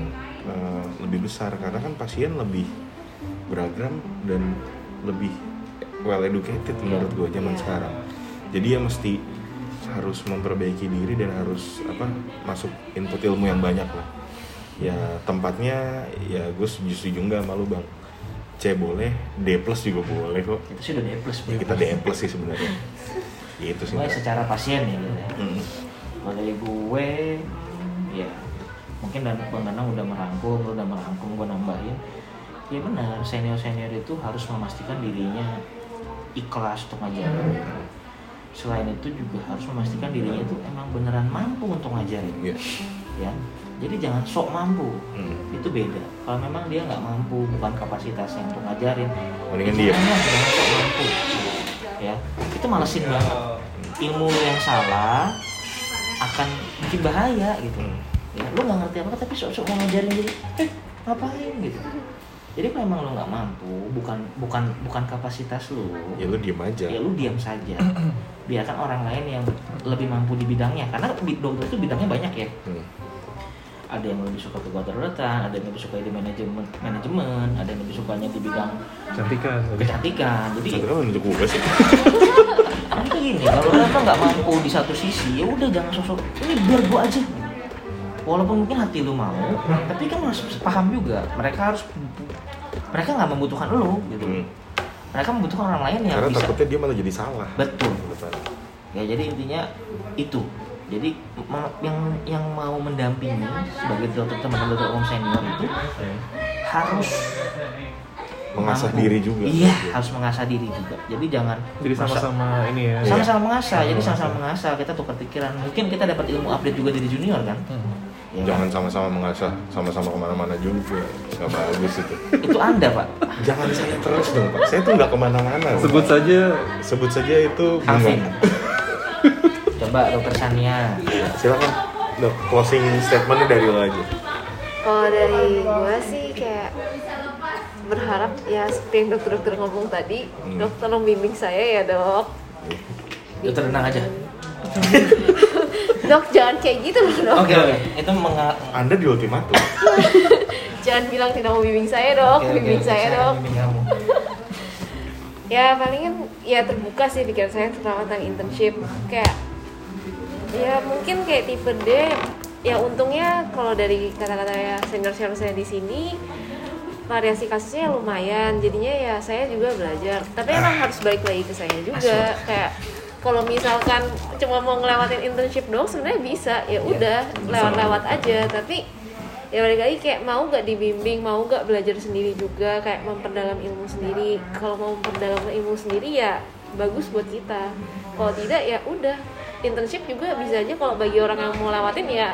A: eh, lebih besar karena kan pasien lebih beragam dan lebih well educated menurut gue zaman
D: Iya.
A: sekarang. Jadi ya mesti harus memperbaiki diri dan harus apa masuk input ilmu yang banyak lah. Ya tempatnya ya gue setuju setuju nggak malu bang. C boleh, D plus juga boleh kok
B: Itu sudah D plus.
A: ya kita DM plus sih sebenarnya Ya, itu sih
B: Gue secara pasien ya gitu ya.
A: Mm.
B: Kalau dari gue, ya mungkin dan Bang Danang udah merangkum, lu udah merangkum, gue nambahin. Ya benar, senior-senior itu harus memastikan dirinya ikhlas untuk ngajarin. Selain itu juga harus memastikan dirinya itu emang beneran mampu untuk ngajarin.
A: Iya.
B: Ya, jadi jangan sok mampu.
A: Mm.
B: Itu beda. Kalau memang dia nggak mampu, bukan kapasitasnya untuk ngajarin.
A: Mendingan
B: itu
A: diem.
B: emang jangan sok mampu. Ya, itu malesin banget. Ilmu yang salah akan bikin bahaya gitu.
A: Hmm.
B: Ya, lu nggak ngerti apa tapi sok-sok mau ngajarin jadi, eh ngapain gitu. Jadi kalau emang lu nggak mampu, bukan bukan bukan kapasitas lu.
A: ya lu diem aja
B: Ya lu diam saja. Biarkan orang lain yang lebih mampu di bidangnya. Karena bi- dokter itu bidangnya banyak ya.
A: Hmm.
B: Ada yang lebih suka kedaruratan, ada yang lebih suka di manajemen, manajemen, ada yang lebih sukanya di bidang
C: cantikan tadi.
B: kecantikan. Jadi
A: satu kan menunjuk gue sih
B: Tapi gini, kalau mereka nggak mampu di satu sisi, ya udah jangan sosok. Ini biar gua aja. Walaupun mungkin hati lu mau, tapi kan harus paham juga. Mereka harus mereka nggak membutuhkan lu gitu.
A: Hmm.
B: Mereka membutuhkan orang lain yang
A: karena
B: Iya, bisa.
A: takutnya dia malah jadi salah
B: Betul.
A: Betul.
B: Ya jadi intinya itu. Jadi ma- yang yang mau mendampingi sebagai dokter teman-teman dokter umum senior itu
A: Hmm.
B: harus
A: mengasah
B: mampu.
A: diri juga
B: Iya, harus mengasah diri juga. Jadi jangan
C: jadi
B: masa-
C: sama-sama ini ya
B: sama-sama mengasah jadi sama-sama mengasah kita tukar pikiran mungkin kita dapat ilmu update juga dari junior kan Ya kan?
A: Iya. jangan sama-sama mengasah sama-sama kemana-mana juga nggak bagus itu
B: itu anda pak
A: jangan saya terus dong pak saya tuh nggak kemana-mana Pak.
C: sebut saja
A: sebut saja itu
B: Alvin
A: bunga.
B: coba dokter Sania
A: silakan Dok, closing statementnya dari lo aja
D: Kalau dari gua sih kayak berharap ya seperti yang dokter-dokter ngomong tadi,
A: Hmm.
D: dokter tolong bimbing saya ya dok.
B: dokter tenang aja
D: Dok jangan kayak gitu loh dok.
B: oke oke itu menga
A: anda di ultimatum
D: Jangan bilang tidak mau bimbing saya
B: oke,
D: dok,
B: oke,
D: bimbing
B: oke,
D: saya
B: akan
D: dok.
B: bimbing kamu
D: Ya palingan ya terbuka sih pikiran saya terutama tentang internship kayak ya mungkin kayak tipe D ya untungnya kalau dari kata-kata ya senior senior saya di sini variasi kasusnya ya lumayan jadinya ya saya juga belajar tapi emang harus balik lagi ke saya juga kayak kalau misalkan cuma mau ngelewatin internship doang sebenarnya bisa ya udah lewat-lewat aja tapi ya balik lagi kayak mau gak dibimbing mau gak belajar sendiri juga kayak memperdalam ilmu sendiri kalau mau memperdalam ilmu sendiri ya bagus buat kita kalau tidak ya udah internship juga bisa aja kalau bagi orang yang mau lewatin ya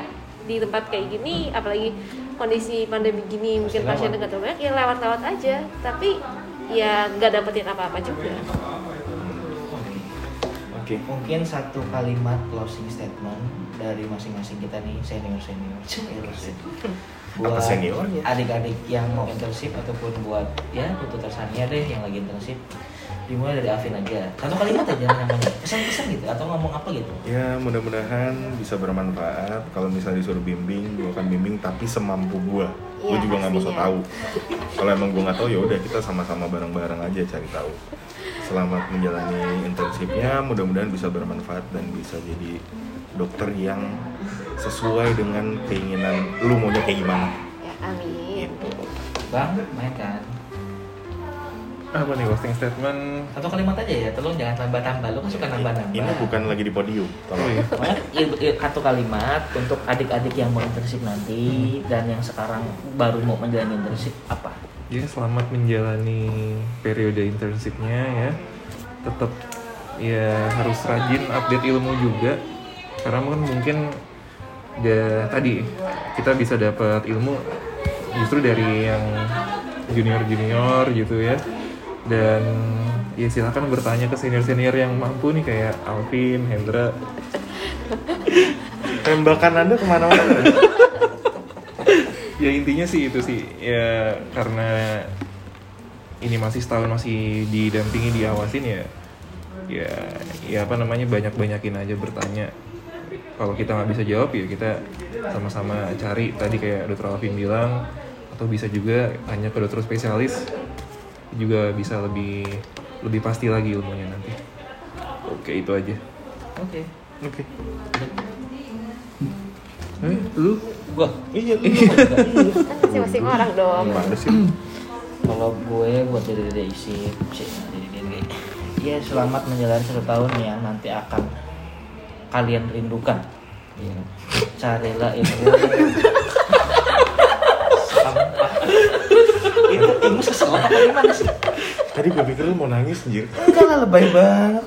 D: di tempat kayak gini apalagi kondisi pandemi gini mungkin
B: Pasti
D: pasien
B: lewat.
D: nggak terlalu banyak ya lewat-lewat aja tapi ya nggak dapetin apa-apa juga
A: oke
B: mungkin satu kalimat closing statement dari masing-masing kita nih senior senior
A: Apa senior?
B: ya, adik-adik yang mau internship ataupun buat ya untuk tersania deh yang lagi internship dimulai dari Alvin aja satu kalimat aja namanya pesan-pesan gitu atau ngomong apa gitu
A: Ya mudah-mudahan bisa bermanfaat. Kalau misalnya disuruh bimbing, gue akan bimbing tapi semampu gue. gue
D: Iya,
A: juga nggak mau so
D: pastinya.
A: tahu. Kalau emang gue nggak tahu ya udah kita sama-sama bareng-bareng aja cari tahu. Selamat menjalani internshipnya. Mudah-mudahan bisa bermanfaat dan bisa jadi dokter yang sesuai dengan keinginan lu maunya kayak gimana.
D: ya amin
A: Gitu.
B: bang main kan
C: Apa nih closing statement?
B: satu kalimat aja ya tolong jangan tambah-tambah lu kan suka nambah-nambah
A: Ini bukan lagi di podium.
C: Oh
A: Tolong.
C: iya.
B: Pokoknya i- i- satu kalimat untuk adik-adik yang mau internship nanti dan yang sekarang baru mau menjalani internship apa
C: Jadi Ya, selamat menjalani periode internshipnya ya. Tetap ya harus rajin update ilmu juga. Karena kan mungkin ya tadi kita bisa dapat ilmu justru dari yang junior-junior gitu ya. Dan ya silahkan bertanya ke senior-senior yang mampu nih kayak Alvin, Hendra.
A: Tembakan anda kemana-mana.
C: Ya intinya sih itu sih ya karena ini masih setahun masih didampingi diawasin ya ya ya apa namanya banyak banyakin aja bertanya kalau kita nggak bisa jawab ya kita sama-sama cari tadi kayak dokter Alvin bilang atau bisa juga tanya ke dokter spesialis juga bisa lebih lebih pasti lagi ilmunya nanti oke itu aja
B: oke
A: Oke.
C: eh, lu
B: gua
A: Iya.
D: kan masing-masing orang dong
B: Iya.
A: Gimana sih?
B: kalau gue buat diri diri isi sih diri diri ya selamat menjalani satu tahun yang nanti akan kalian rindukan
A: Iya.
B: ya. carilah ilmu sampah itu ilmu seseorang apa gimana sih
A: Tadi gue pikir lu mau nangis anjir.
B: Enggak lah, lebay banget.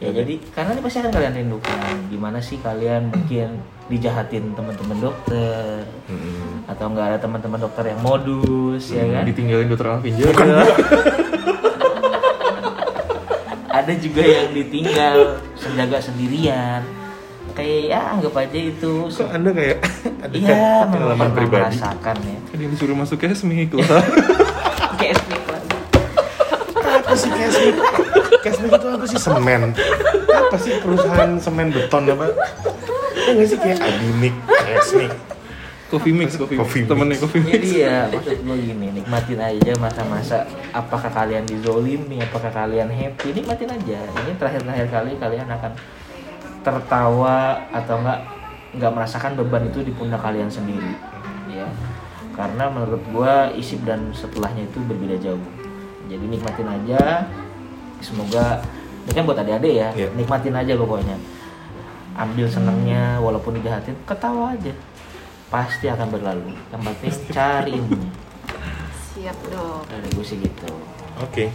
B: Ya jadi karena ini pasti akan kalian rindukan. Gimana sih kalian mungkin dijahatin teman-teman dokter
A: Mm-mm.
B: atau enggak ada teman-teman dokter yang modus ya kan?
C: ditinggalin dokter Alvin juga
B: Ada juga yang ditinggal senjaga sendirian. Kayak ya anggap aja itu
A: Kok anda kayak ada
B: Iya, memang
A: pengalaman
B: pernah
A: pribadi?
B: merasakan ya.
C: Kan yang disuruh masuk kesmi keluar
B: Kayak SPK lagi.
A: Apa sih Casmic? Casmic itu apa sih semen? Apa sih perusahaan semen beton apa? Ya nggak sih kayak Adimik, Casmic.
C: coffee mix coffee,
A: Coffee
C: mix.
A: mix.
C: temennya coffee mix
B: Jadi ya maksud gue gini, nikmatin aja masa-masa apakah kalian dizolimi, apakah kalian happy, nikmatin aja. Ini terakhir-terakhir kali kalian akan tertawa atau enggak nggak merasakan beban itu di pundak kalian sendiri, ya. Karena menurut gua isip dan setelahnya itu berbeda jauh. Jadi nikmatin aja. Semoga ini kan buat adik-adik ya.
A: Iya.
B: Nikmatin aja pokoknya. Ambil senangnya walaupun dijahatin, ketawa aja pasti akan berlalu. Yang penting cari ilmu.
D: siap dong
B: Dari gue sih gitu.
A: Oke.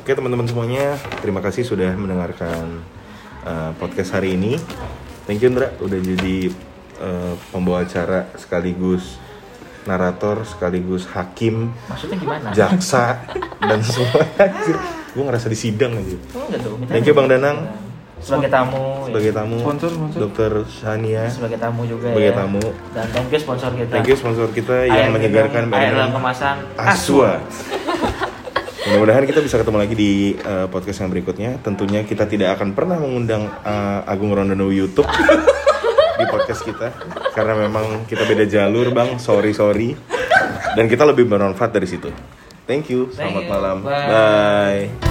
A: Oke teman-teman semuanya, terima kasih sudah mendengarkan uh, podcast hari ini. Thank you Ndra udah jadi uh, pembawa acara sekaligus narator sekaligus hakim,
B: Maksudnya gimana?
A: jaksa dan semuanya. Gue ngerasa di sidang aja.
B: Oh, enggak dong. minta
A: Thank you,
B: aja.
A: Bang Danang.
B: Sebagai tamu.
A: Sebagai tamu,
C: Sponsor, sponsor.
A: Dokter Shania.
B: ya. Sebagai tamu juga
A: sebagai
B: ya.
A: tamu.
B: Dan thank you sponsor kita.
A: Thank you sponsor kita
B: Air
A: yang menyegarkan
B: minum- Air dalam
A: badan
B: kemasan. Ah,
A: Aswa. Mudah-mudahan kita bisa ketemu lagi di eh, podcast yang berikutnya. Tentunya kita tidak akan pernah mengundang eh, Agung Rondono YouTube di podcast kita karena memang kita beda jalur, Bang. Sorry, sorry. Dan kita lebih bermanfaat dari situ. Thank you.
B: Thank
A: Selamat
B: you.
A: malam.
B: Bye.
A: Bye.